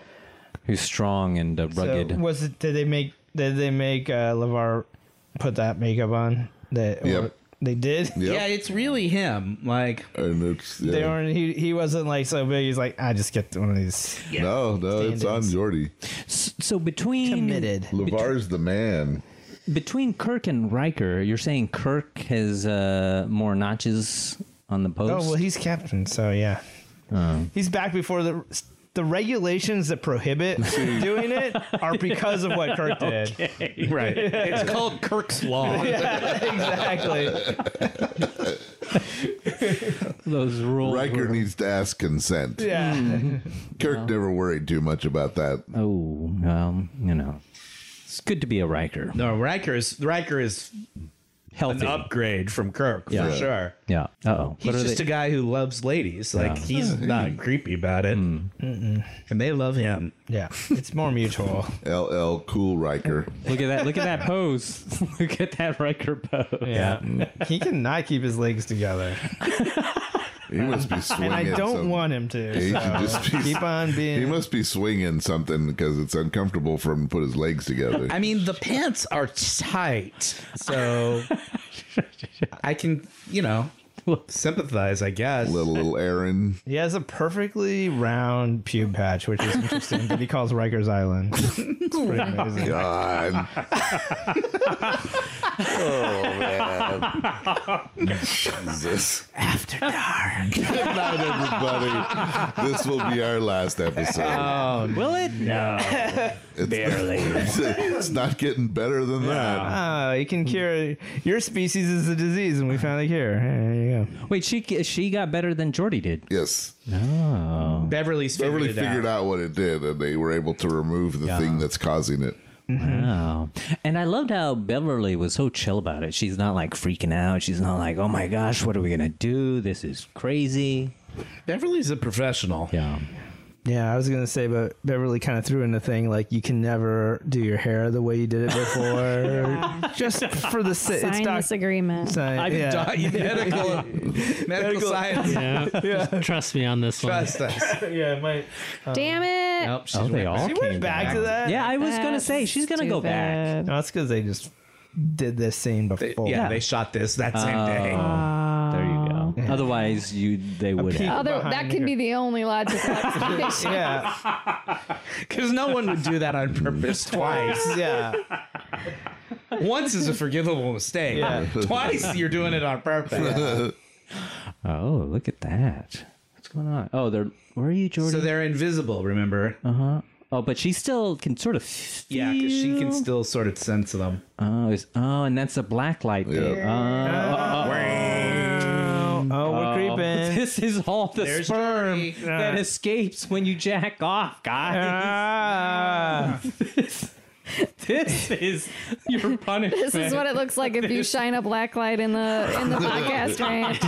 Speaker 2: He's strong and uh, rugged.
Speaker 7: so was it? Did they make? Did they make uh, Levar put that makeup on? That or-
Speaker 5: Yep.
Speaker 7: they did. [laughs]
Speaker 5: Yep.
Speaker 6: Yeah, it's really him. Like
Speaker 5: And it's yeah.
Speaker 7: They weren't. He, he wasn't like so big. He's like, I just get one of these.
Speaker 5: no, no, it's on
Speaker 7: Stand-ins.
Speaker 5: Jordy.
Speaker 2: S- so between
Speaker 5: Levar's the man.
Speaker 2: between Kirk and Riker, you're saying Kirk has uh, more notches on the post.
Speaker 7: Oh well, he's captain, so yeah.
Speaker 5: Um.
Speaker 7: He's back before the the regulations that prohibit
Speaker 5: [laughs]
Speaker 7: doing it are because of what Kirk did. [laughs]
Speaker 6: right. it's called Kirk's Law.
Speaker 7: exactly.
Speaker 2: Those rules.
Speaker 5: Riker needs to ask consent.
Speaker 7: Yeah.
Speaker 5: Kirk never worried too much about that.
Speaker 2: Oh, well, you know. It's good to be a Riker.
Speaker 6: No, Riker is Riker is an
Speaker 2: Healthy.
Speaker 6: upgrade from Kirk
Speaker 2: Yeah.
Speaker 6: for sure.
Speaker 2: Yeah. Uh oh.
Speaker 6: He's just a guy who loves ladies. Like he's not creepy about it, and they love him.
Speaker 7: Yeah, it's more mutual.
Speaker 5: LL Cool Riker.
Speaker 2: Look at that. Look at
Speaker 6: [laughs]
Speaker 2: that pose. [laughs] look at that Riker pose.
Speaker 7: Yeah, he cannot keep his legs together,
Speaker 5: He must be swinging.
Speaker 7: and I don't
Speaker 5: some-
Speaker 7: want him to.
Speaker 5: He
Speaker 7: so
Speaker 5: should just be.
Speaker 7: keep on
Speaker 5: He
Speaker 6: [laughs]
Speaker 7: being.
Speaker 5: must be swinging something because it's uncomfortable for him to put his legs together.
Speaker 6: I mean, the pants are tight, so I can, you know, sympathize. I guess.
Speaker 5: little little Aaron.
Speaker 7: he has a perfectly round pube patch, which is interesting. that he calls Rikers Island. It's pretty amazing.
Speaker 5: God. oh man. Jesus. After dark. [laughs] Good night, everybody. This will be our last episode.
Speaker 2: Will it? No.
Speaker 5: it's barely. It's, it's not getting better than that.
Speaker 7: Ah, you can cure your species is a disease, and we found a cure. There you go.
Speaker 2: Wait, she she got better than Jordy did.
Speaker 5: Yes.
Speaker 6: Beverly's
Speaker 5: They
Speaker 6: figured,
Speaker 5: really
Speaker 6: it
Speaker 5: figured
Speaker 6: out.
Speaker 5: out what it did, and they were able to remove the thing that's causing it.
Speaker 6: Mm-hmm.
Speaker 2: Wow. And I loved how Beverly was so chill about it. She's not like freaking out. She's not like, oh my gosh, what are we gonna do? This is crazy.
Speaker 6: Beverly's a professional.
Speaker 2: Yeah.
Speaker 7: Yeah, I was gonna say, but Beverly kind of threw in the thing like you can never do your hair the way you did it
Speaker 1: [laughs]
Speaker 7: before, just for the
Speaker 6: [laughs]
Speaker 7: si- it's
Speaker 4: Sign
Speaker 7: doc-
Speaker 4: this agreement.
Speaker 7: sign- yeah.
Speaker 6: medical, medical science.
Speaker 10: Yeah. Trust me on this one.
Speaker 6: Trust us.
Speaker 7: yeah, my
Speaker 4: Damn it.
Speaker 6: Nope, she's
Speaker 2: Oh, they all
Speaker 7: She
Speaker 2: came
Speaker 7: went back, to that.
Speaker 2: Yeah, I was gonna
Speaker 4: That's
Speaker 2: say she's gonna go back.
Speaker 4: stupid.
Speaker 7: no, that's because they just did this scene before.
Speaker 6: Yeah, they shot this that same day.
Speaker 2: There you go. Otherwise, you they would
Speaker 7: peek.
Speaker 2: have.
Speaker 4: Other
Speaker 7: Behind
Speaker 4: that could
Speaker 7: her.
Speaker 4: be the only
Speaker 6: [laughs]
Speaker 4: logical explanation. [laughs]
Speaker 7: yeah,
Speaker 6: Because no one would do that on purpose
Speaker 7: [laughs]
Speaker 6: twice.
Speaker 7: yeah.
Speaker 6: Once is a forgivable mistake.
Speaker 7: Yeah.
Speaker 6: Twice, you're doing it on purpose.
Speaker 2: Oh, look at that. What's going on? Oh, they're where are you, Jordy?
Speaker 6: So they're invisible, remember?
Speaker 2: oh, but she still can sort of. Feel.
Speaker 6: Yeah, because she can still sort of sense them.
Speaker 2: Oh, is, oh, and that's a black light. there. Oh,
Speaker 7: Oh, oh,
Speaker 6: Um,
Speaker 7: we're
Speaker 6: [laughs]
Speaker 2: [laughs]
Speaker 7: creeping.
Speaker 2: this is all the sperm that escapes when you jack off, guys.
Speaker 7: Ah.
Speaker 2: this, [laughs] this is your punishment.
Speaker 4: This is what it looks like if you shine a black light in the
Speaker 6: [laughs]
Speaker 4: in the podcast ranch.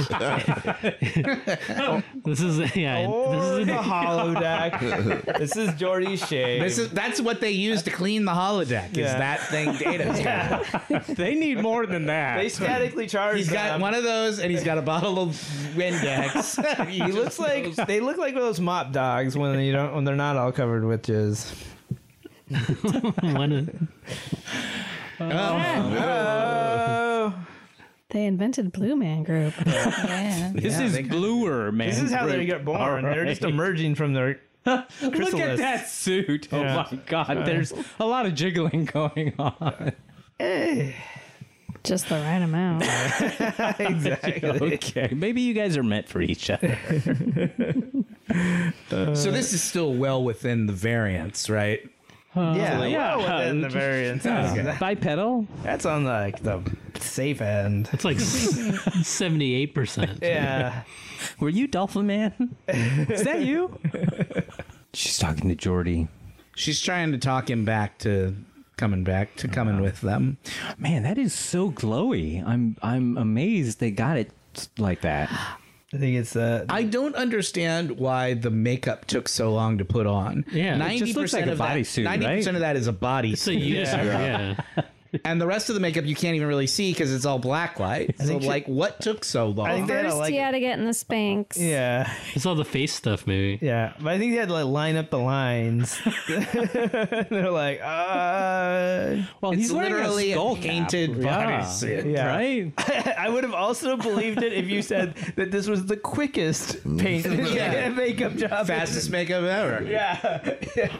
Speaker 10: This is [laughs] yeah. This
Speaker 7: Or
Speaker 10: is
Speaker 7: the holodeck. [laughs] this is Jordy Shea.
Speaker 6: This is that's what they use to clean the holodeck. Is
Speaker 7: Yeah.
Speaker 6: that
Speaker 2: [laughs]
Speaker 6: thing data?
Speaker 10: they need more than that.
Speaker 7: they statically charged.
Speaker 6: He's got
Speaker 7: them.
Speaker 6: one of those, and he's got a bottle of [laughs] Windex.
Speaker 7: He looks like they look like those mop dogs when you don't when they're not all covered with jizz.
Speaker 10: One of-
Speaker 7: Oh,
Speaker 4: They invented Blue Man Group.
Speaker 3: Yeah.
Speaker 2: This is bluer, man.
Speaker 7: this is how they get born. They're just emerging from their.
Speaker 2: Look at
Speaker 7: chrysalis.
Speaker 2: that suit.
Speaker 7: Yeah.
Speaker 2: Oh my god, there's a lot of jiggling [laughs] going on.
Speaker 4: Just the right
Speaker 6: [laughs]
Speaker 4: amount.
Speaker 2: Okay, maybe you guys are meant for each other.
Speaker 6: so this is still well within the variance, right?
Speaker 7: yeah,
Speaker 2: yeah.
Speaker 7: yeah. within the variance.
Speaker 2: Bipedal?
Speaker 7: That's on like the safe end.
Speaker 10: It's like seventy-eight percent.
Speaker 7: [laughs] Yeah,
Speaker 2: Were you Dolphin Man? [laughs] Is that you? She's talking to Jordy.
Speaker 6: She's trying to talk him back to coming back to coming with them.
Speaker 2: Man, that is so glowy. I'm I'm amazed they got it like that.
Speaker 7: I think it's uh,
Speaker 6: I don't understand why the makeup took so long to put on.
Speaker 10: Yeah.
Speaker 6: ninety
Speaker 10: It
Speaker 2: just looks like
Speaker 6: percent
Speaker 2: a
Speaker 6: of that-
Speaker 2: bodysuit, right?
Speaker 6: 90% of that is a body,
Speaker 10: So you just yeah.
Speaker 6: and the rest of the makeup you can't even really see because it's all black light. So like, what took so long?
Speaker 7: I think they had to
Speaker 4: First,
Speaker 7: like
Speaker 4: you had to get in the Spanx.
Speaker 7: yeah,
Speaker 10: It's all the face stuff, maybe.
Speaker 7: yeah. But I think they had to like line up the lines. they're like, "Oh, uh,
Speaker 2: Well,
Speaker 6: it's
Speaker 2: he's wearing
Speaker 6: literally
Speaker 2: a
Speaker 6: a
Speaker 2: skull
Speaker 6: painted
Speaker 2: cap.
Speaker 6: bodysuit.
Speaker 2: Yeah.
Speaker 7: Yeah.
Speaker 2: Right?
Speaker 7: I would have also believed it if you said that this was the quickest paint
Speaker 6: [laughs] Yeah.
Speaker 7: makeup job.
Speaker 6: Fastest makeup ever.
Speaker 7: Yeah,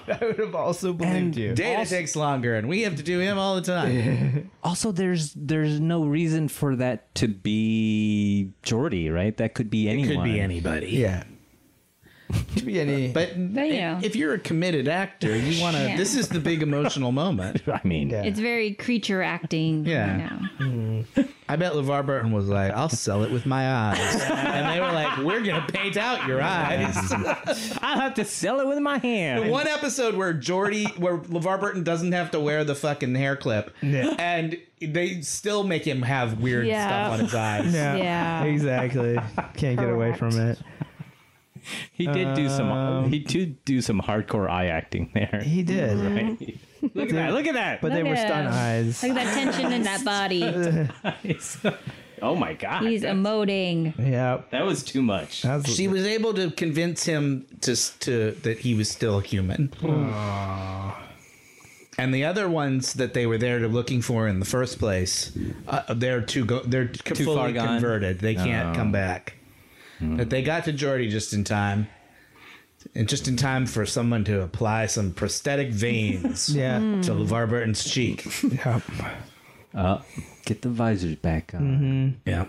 Speaker 7: I would have also believed you.
Speaker 6: Data takes longer, and we have to do him all
Speaker 2: [laughs]
Speaker 6: the time.
Speaker 2: Also, there's there's no reason for that to be Jordy, right? That could be anyone.
Speaker 6: anybody.
Speaker 7: Yeah. To be any, but
Speaker 6: But
Speaker 3: yeah.
Speaker 6: if you're a committed actor, you want to.
Speaker 3: Yeah.
Speaker 6: This is the big emotional moment.
Speaker 2: I mean,
Speaker 7: Yeah.
Speaker 3: It's very creature acting.
Speaker 6: Yeah.
Speaker 3: You know.
Speaker 6: I bet LeVar Burton was like, I'll sell it with my eyes. and they were like, we're going to paint out your eyes. [laughs]
Speaker 2: I'll have to sell it with my hand.
Speaker 6: One episode where Jordy, where LeVar Burton doesn't have to wear the fucking hair clip. And they still make him have weird
Speaker 4: Yeah.
Speaker 6: stuff on his eyes.
Speaker 7: Yeah.
Speaker 4: Yeah.
Speaker 7: Exactly. Can't get away from it.
Speaker 2: He did do some.
Speaker 7: Um,
Speaker 2: He did do some hardcore eye acting there.
Speaker 7: He did.
Speaker 2: [laughs] Right? Look at that! Look at that!
Speaker 7: But they were
Speaker 4: at
Speaker 7: stun
Speaker 4: him.
Speaker 7: eyes.
Speaker 3: Look at that tension in that body.
Speaker 2: [laughs] oh my god!
Speaker 3: He's
Speaker 2: that,
Speaker 3: emoting.
Speaker 7: Yeah.
Speaker 2: that was too much.
Speaker 7: That's,
Speaker 6: She was able to convince him to, to that he was still human. And the other ones that they were there to looking for in the first place, uh, they're too go- they're too fully
Speaker 2: far gone?
Speaker 6: converted. They can't come back. But they got to Jordy just in time, and just in time for someone to apply some prosthetic veins
Speaker 7: Yeah.
Speaker 6: to LeVar Burton's cheek.
Speaker 7: yeah.
Speaker 2: Get the visors back on.
Speaker 6: Yeah.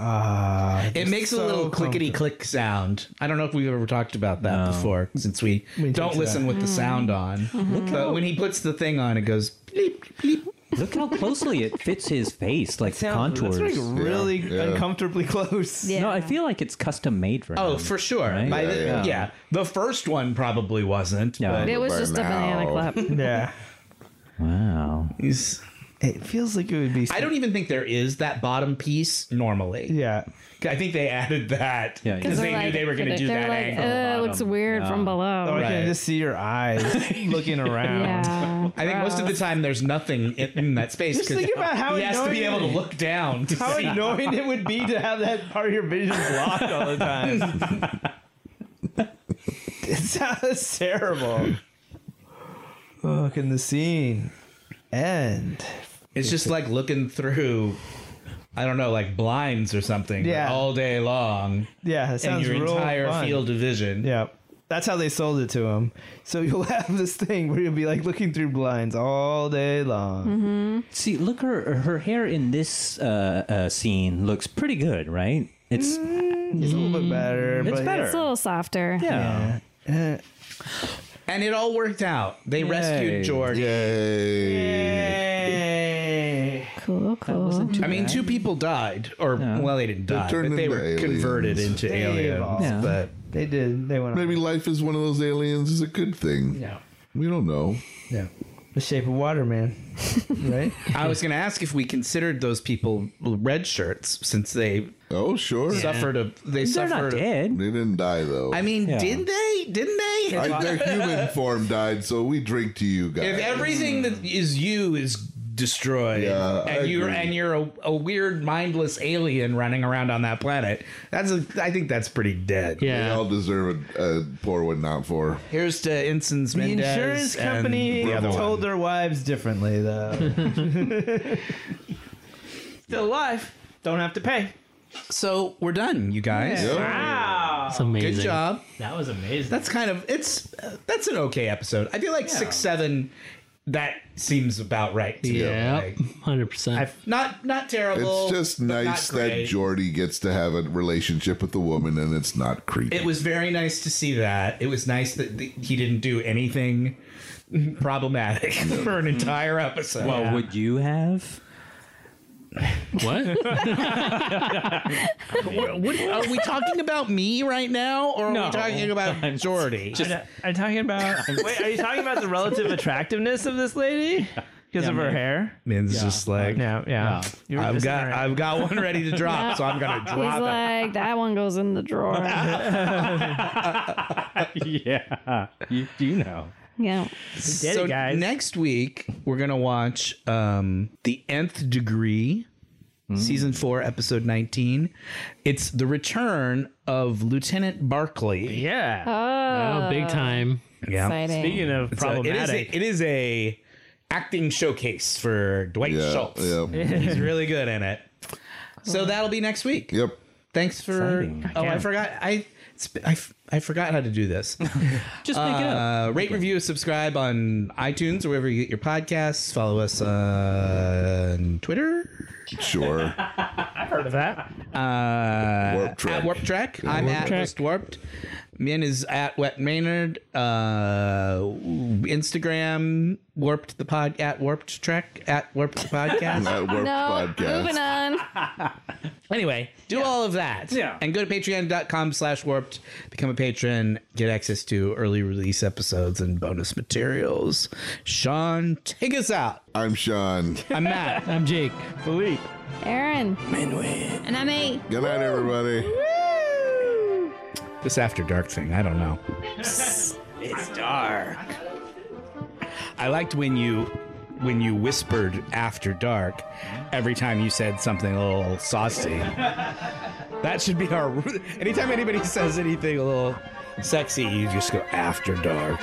Speaker 6: it makes a
Speaker 7: Uh, so
Speaker 6: little clickety click sound. I don't know if we've ever talked about that before, since we,
Speaker 7: did
Speaker 6: don't
Speaker 7: that.
Speaker 6: listen with the
Speaker 4: Mm.
Speaker 6: sound on.
Speaker 4: Mm-hmm.
Speaker 6: But when he puts the thing on, it goes bleep, bleep.
Speaker 2: Look how closely it fits his face, like the
Speaker 7: Sound-
Speaker 2: contours.
Speaker 7: That's like really
Speaker 5: Yeah.
Speaker 7: uncomfortably close.
Speaker 3: Yeah.
Speaker 2: No, I feel like it's custom made for him.
Speaker 6: Oh, for sure.
Speaker 2: Right?
Speaker 6: By the-
Speaker 5: Yeah, yeah.
Speaker 6: yeah, The first one probably wasn't.
Speaker 2: Yeah.
Speaker 6: but
Speaker 4: It was just a banana
Speaker 5: Wow.
Speaker 4: clip.
Speaker 7: [laughs] Yeah.
Speaker 2: Wow.
Speaker 6: he's-
Speaker 7: It feels like it would be.
Speaker 6: I don't even think there is that bottom piece normally.
Speaker 7: Yeah.
Speaker 6: I think they added that
Speaker 2: Yeah, yeah.
Speaker 6: because they knew they were going to do
Speaker 4: they're
Speaker 6: that
Speaker 4: like,
Speaker 6: angle.
Speaker 4: "Uh, it looks weird from below.
Speaker 7: Oh, I
Speaker 6: Right.
Speaker 7: can just see your eyes [laughs] looking around.
Speaker 4: yeah.
Speaker 6: [laughs] I think most of the time there's nothing in, in that space.
Speaker 7: Just
Speaker 6: 'cause
Speaker 7: think about how
Speaker 6: he has to be
Speaker 7: annoying-
Speaker 6: able to look down. to [laughs]
Speaker 7: How
Speaker 6: see.
Speaker 7: annoying it would be to have that part of your vision blocked all the time.
Speaker 6: [laughs]
Speaker 7: it sounds terrible. Oh, can the scene end?
Speaker 6: It's just like looking through, I don't know, like blinds or something.
Speaker 7: Yeah.
Speaker 6: Yeah. All day long.
Speaker 7: Yeah, it
Speaker 6: And
Speaker 7: sounds
Speaker 6: your
Speaker 7: real
Speaker 6: entire
Speaker 7: fun.
Speaker 6: field of vision.
Speaker 7: Yeah. That's how they sold it to him. So [laughs] you'll have this thing where you'll be like looking through blinds all day long.
Speaker 2: See, look her her hair in this uh, uh, scene looks pretty good, right? It's
Speaker 7: It's a little bit better.
Speaker 2: Mm-hmm. it's
Speaker 7: but
Speaker 2: better.
Speaker 4: It's a little softer.
Speaker 2: yeah.
Speaker 7: Eh,
Speaker 6: And it all worked out. They rescued George.
Speaker 5: Yay.
Speaker 4: Cool, cool.
Speaker 6: I mean, two people died, or well, they didn't die,
Speaker 5: turned
Speaker 6: but they
Speaker 5: into
Speaker 6: were converted
Speaker 5: aliens.
Speaker 6: into
Speaker 7: They
Speaker 6: aliens.
Speaker 7: evolved.
Speaker 2: Yeah.
Speaker 6: But
Speaker 7: They did. They went.
Speaker 5: Maybe life is one of those aliens is a good thing.
Speaker 7: Yeah.
Speaker 5: We don't know.
Speaker 7: Yeah. The Shape of Water, man. right?
Speaker 6: I was going to ask if we considered those people red shirts, since they
Speaker 5: Oh, sure.
Speaker 6: suffered a they
Speaker 2: They're
Speaker 6: suffered.
Speaker 2: not
Speaker 6: a-
Speaker 2: dead.
Speaker 5: They didn't die though.
Speaker 6: I mean,
Speaker 2: Yeah.
Speaker 6: did they? Didn't they?
Speaker 5: I, their
Speaker 6: [laughs]
Speaker 5: human form died, so we drink to you guys.
Speaker 6: if everything that is you is destroyed
Speaker 5: Yeah, I
Speaker 6: and you're
Speaker 5: agree.
Speaker 6: and you're a, a weird mindless alien running around on that planet that's a, i think that's pretty dead
Speaker 5: they
Speaker 10: Yeah.
Speaker 5: all deserve a, a poor one, not for.
Speaker 6: here's to ensigns
Speaker 7: The
Speaker 6: Mendez
Speaker 7: insurance
Speaker 6: and
Speaker 7: company
Speaker 6: the other
Speaker 7: told
Speaker 6: one.
Speaker 7: their wives differently,
Speaker 2: [laughs]
Speaker 7: though. Still alive. Don't have to pay.
Speaker 6: so we're done you guys
Speaker 10: That's amazing.
Speaker 6: good job
Speaker 1: That was amazing.
Speaker 6: that's kind of it's uh, that's an okay episode i feel like six seven that seems about right to you.
Speaker 10: Yeah.
Speaker 6: Like,
Speaker 10: Hundred percent.
Speaker 6: not not terrible
Speaker 5: It's just
Speaker 6: but not
Speaker 5: nice that
Speaker 6: great.
Speaker 5: Jordy gets to have a relationship with a woman, and it's not creepy.
Speaker 6: It was very nice to see that. It was nice that th- he didn't do anything problematic [laughs] for an entire episode.
Speaker 2: Well, would you have?
Speaker 10: What? [laughs]
Speaker 6: What- what- are we talking about me right now, or are
Speaker 2: No.
Speaker 6: we talking about Jordy?
Speaker 1: Are you talking about?
Speaker 2: [laughs]
Speaker 1: wait, are you talking about the relative attractiveness of this lady because of her hair?
Speaker 6: Min's just like,
Speaker 1: Yeah, yeah. You were
Speaker 6: I've
Speaker 1: just
Speaker 6: got,
Speaker 1: in her-
Speaker 6: I've got one ready to drop, so I'm gonna
Speaker 4: He's
Speaker 6: drop it.
Speaker 4: like, that one goes in the
Speaker 6: [laughs]
Speaker 4: drawer.
Speaker 2: [laughs] yeah, you do know.
Speaker 4: yeah.
Speaker 1: did it,
Speaker 6: so
Speaker 1: guys.
Speaker 6: next week we're gonna watch um, the nth degree season 4 episode 19 it's the return of lieutenant barclay
Speaker 1: yeah.
Speaker 10: oh, big time.
Speaker 6: yeah
Speaker 4: Exciting.
Speaker 1: Speaking of
Speaker 6: So it is
Speaker 1: problematic,
Speaker 6: a, it is a acting showcase for Dwight
Speaker 5: yeah.
Speaker 6: Schultz. [laughs]
Speaker 5: Yep.
Speaker 6: He's really good in it. So that'll be next week.
Speaker 5: yep.
Speaker 6: Thanks for.
Speaker 2: Exciting.
Speaker 6: Oh,
Speaker 1: Yeah.
Speaker 6: I forgot. I, it's- I f- I forgot how to do this.
Speaker 2: Just make it up.
Speaker 6: Uh, rate, review, subscribe on iTunes or wherever you get your podcasts. Follow us uh, on Twitter
Speaker 5: Sure.
Speaker 1: I've heard of that.
Speaker 6: uh,
Speaker 5: Warped Track.
Speaker 6: at Warp Track. I'm
Speaker 5: Warped
Speaker 6: at
Speaker 10: Track.
Speaker 6: Most Warped. Min is at Wet Maynard. Uh, Instagram warped the pod at warped trek at warped [laughs] podcast.
Speaker 5: That worked
Speaker 4: No,
Speaker 5: podcast.
Speaker 4: moving on.
Speaker 6: Anyway, do all of that.
Speaker 10: Yeah.
Speaker 6: And go to patreon.com slash warped, become a patron, get access to early release episodes and bonus materials. Sean, take us out.
Speaker 5: I'm
Speaker 6: [laughs]
Speaker 5: Sean.
Speaker 6: I'm Matt.
Speaker 10: I'm Jake.
Speaker 1: Believe.
Speaker 4: Aaron.
Speaker 3: And I'm eight.
Speaker 5: Good night, everybody.
Speaker 6: this after dark thing, I don't know. [laughs] it's dark. I liked when you when you whispered after dark every time you said something a little saucy. that should be our anytime anybody says anything a little sexy, you just go after dark.